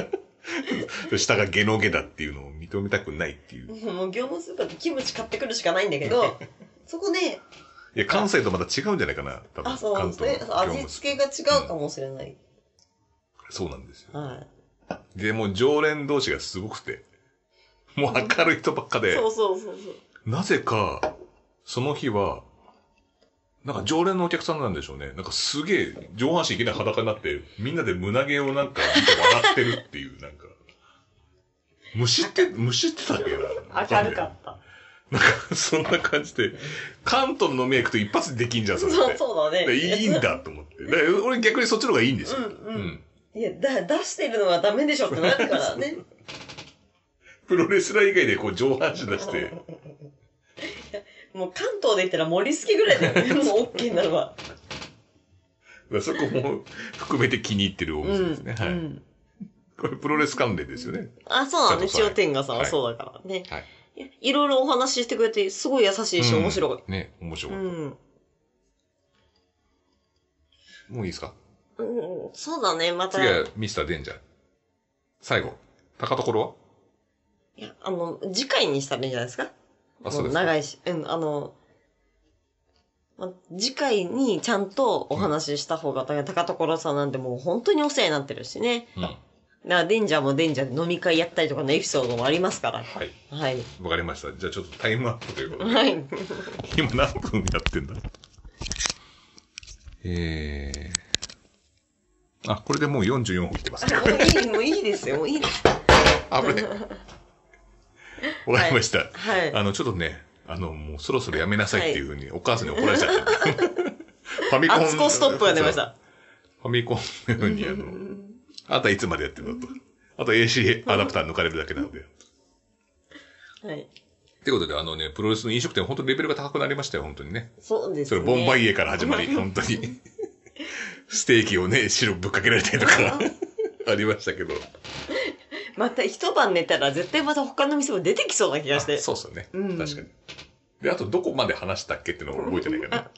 Speaker 2: 下がゲノゲだっていうのを認めたくないっていう。
Speaker 1: もう業務スーパーでキムチ買ってくるしかないんだけ ど、そこね、
Speaker 2: いや、関西とまた違うんじゃないかな、多分。
Speaker 1: あ、そうですね。
Speaker 2: の業
Speaker 1: 味
Speaker 2: 務
Speaker 1: 付けが違うかもしれない。
Speaker 2: そうなんですよ。
Speaker 1: は
Speaker 2: で、もう常連同士がすごくて、もう明るい人ばっか
Speaker 1: い。
Speaker 2: で
Speaker 1: そ、うそうそうそう。
Speaker 2: なぜか、その日は、なんか常連のお客さんなんでしょうね。なんかすげえ上半身いきなり裸になって、みんなで胸毛をなんか見て笑ってるっていう、なんか。虫って、虫ってたっけな
Speaker 1: 明るかった。
Speaker 2: なんか、 そんな感じで、関東のメイクと一発でできんじゃん、それ
Speaker 1: そう
Speaker 2: っ
Speaker 1: そうだ
Speaker 2: て。
Speaker 1: ね。
Speaker 2: でいいんだと思って。だから俺逆にそっちの方がいいんです
Speaker 1: う
Speaker 2: よ。
Speaker 1: んうん。いや、だ、出してるのはダメでしょってなるからね。
Speaker 2: プロレスラー以外でこう上半身出して、
Speaker 1: もう関東で言ったら森好きぐらいだよね。 もう OK なのは。
Speaker 2: そこも含めて気に入ってるお
Speaker 1: う
Speaker 2: 店
Speaker 1: ん。
Speaker 2: ですね。は
Speaker 1: う
Speaker 2: い。
Speaker 1: ん
Speaker 2: これプロレス関連ですよね。
Speaker 1: あ、そうなのね。
Speaker 2: ちゃん
Speaker 1: 千代
Speaker 2: と
Speaker 1: 天下さんは
Speaker 2: はい
Speaker 1: そうだからね。
Speaker 2: はい。
Speaker 1: いやいろいろお話ししてくれて、すごい優しいし、面白い。
Speaker 2: うんね、面白
Speaker 1: う
Speaker 2: い。
Speaker 1: ん。
Speaker 2: もういいですか
Speaker 1: うん、そうだね。また。
Speaker 2: 次はミスターデンジャー。最後。高所はい
Speaker 1: や、あの、次回にしたらいいんじゃないですか
Speaker 2: あそうですか
Speaker 1: 長いし、うん、あの、ま、次回にちゃんとお話しした方が、高所さんなんてもう本当にお世話になってるしね。
Speaker 2: うん。は
Speaker 1: だから、デンジャーもデンジャーで飲み会やったりとかのエピソードもありますから。
Speaker 2: い。
Speaker 1: はい。
Speaker 2: わかりました。じゃあちょっとタイムアップということで。
Speaker 1: はい。
Speaker 2: 今何分やってんだえー。あ、これでもう44分来てますね。
Speaker 1: もういい、もういいですよ、もういいです。
Speaker 2: 危ね。わかりました。
Speaker 1: はい。
Speaker 2: あの、ちょっとね、あの、もうそろそろやめなさいっていうふうに、お母さんに怒られちゃった。ファミコン。
Speaker 1: あつこストップが出まし。た。
Speaker 2: ファミコンのように、あの、あとはいつまでやってるのと。あと AC アダプター抜かれるだけなので。
Speaker 1: はい。
Speaker 2: ってことで、あのね、プロレスの飲食店、本当にレベルが高くなりましたよ、本当にね。
Speaker 1: そうです
Speaker 2: そ
Speaker 1: ね。
Speaker 2: れ、ボンバイエから始まり、本当に。ステーキをね、白ぶっかけられたりと か、ありましたけど。
Speaker 1: また一晩寝たら絶対また他の店も出てきそうな気がして。
Speaker 2: あそうっすよね。
Speaker 1: うん
Speaker 2: 確かに。で、あと、どこまで話したっけっていうのを覚えてないからね。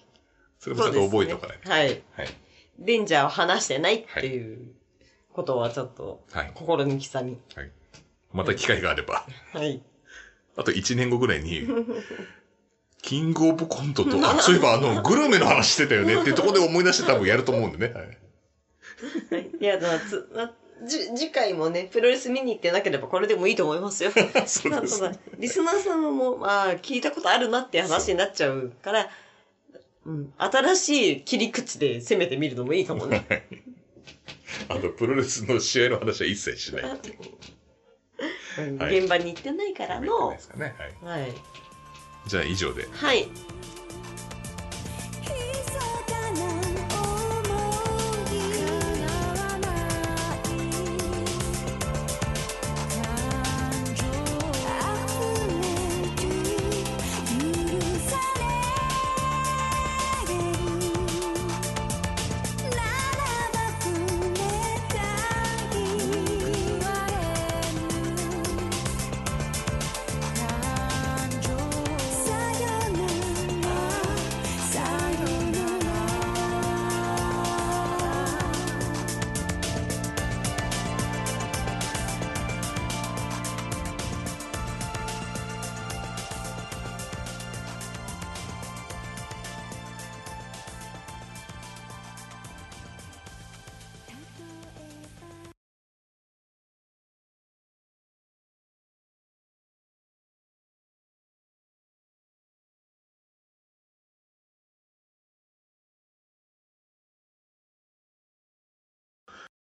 Speaker 2: それもちょっと覚えておかないと。
Speaker 1: そうですね
Speaker 2: はい。
Speaker 1: はい。レンジャーを話してないっていうことはちょっと
Speaker 2: はい。
Speaker 1: 心に刻み。
Speaker 2: はい。また機会があれば。
Speaker 1: はい。
Speaker 2: あと1年後ぐらいに、キングオブコントと、あそういえばあの、グルメの話してたよねっていうところで思い出して多分やると思うんでね。はい
Speaker 1: いや、だからつなじ次回もね、プロレス見に行ってなければこれでもいいと思い ますよ。
Speaker 2: そうです
Speaker 1: ただリスナーさんも、まあ、聞いたことあるなって話になっちゃうから、うん、新しい切り口で攻めてみるのもいいか もね。
Speaker 2: あと、プロレスの試合の話は一切しないっていう。
Speaker 1: うん
Speaker 2: はい
Speaker 1: 現場に行ってないから
Speaker 2: やめても
Speaker 1: の
Speaker 2: らえま、すかねはい
Speaker 1: はい。
Speaker 2: じゃあ以上で。
Speaker 1: はい。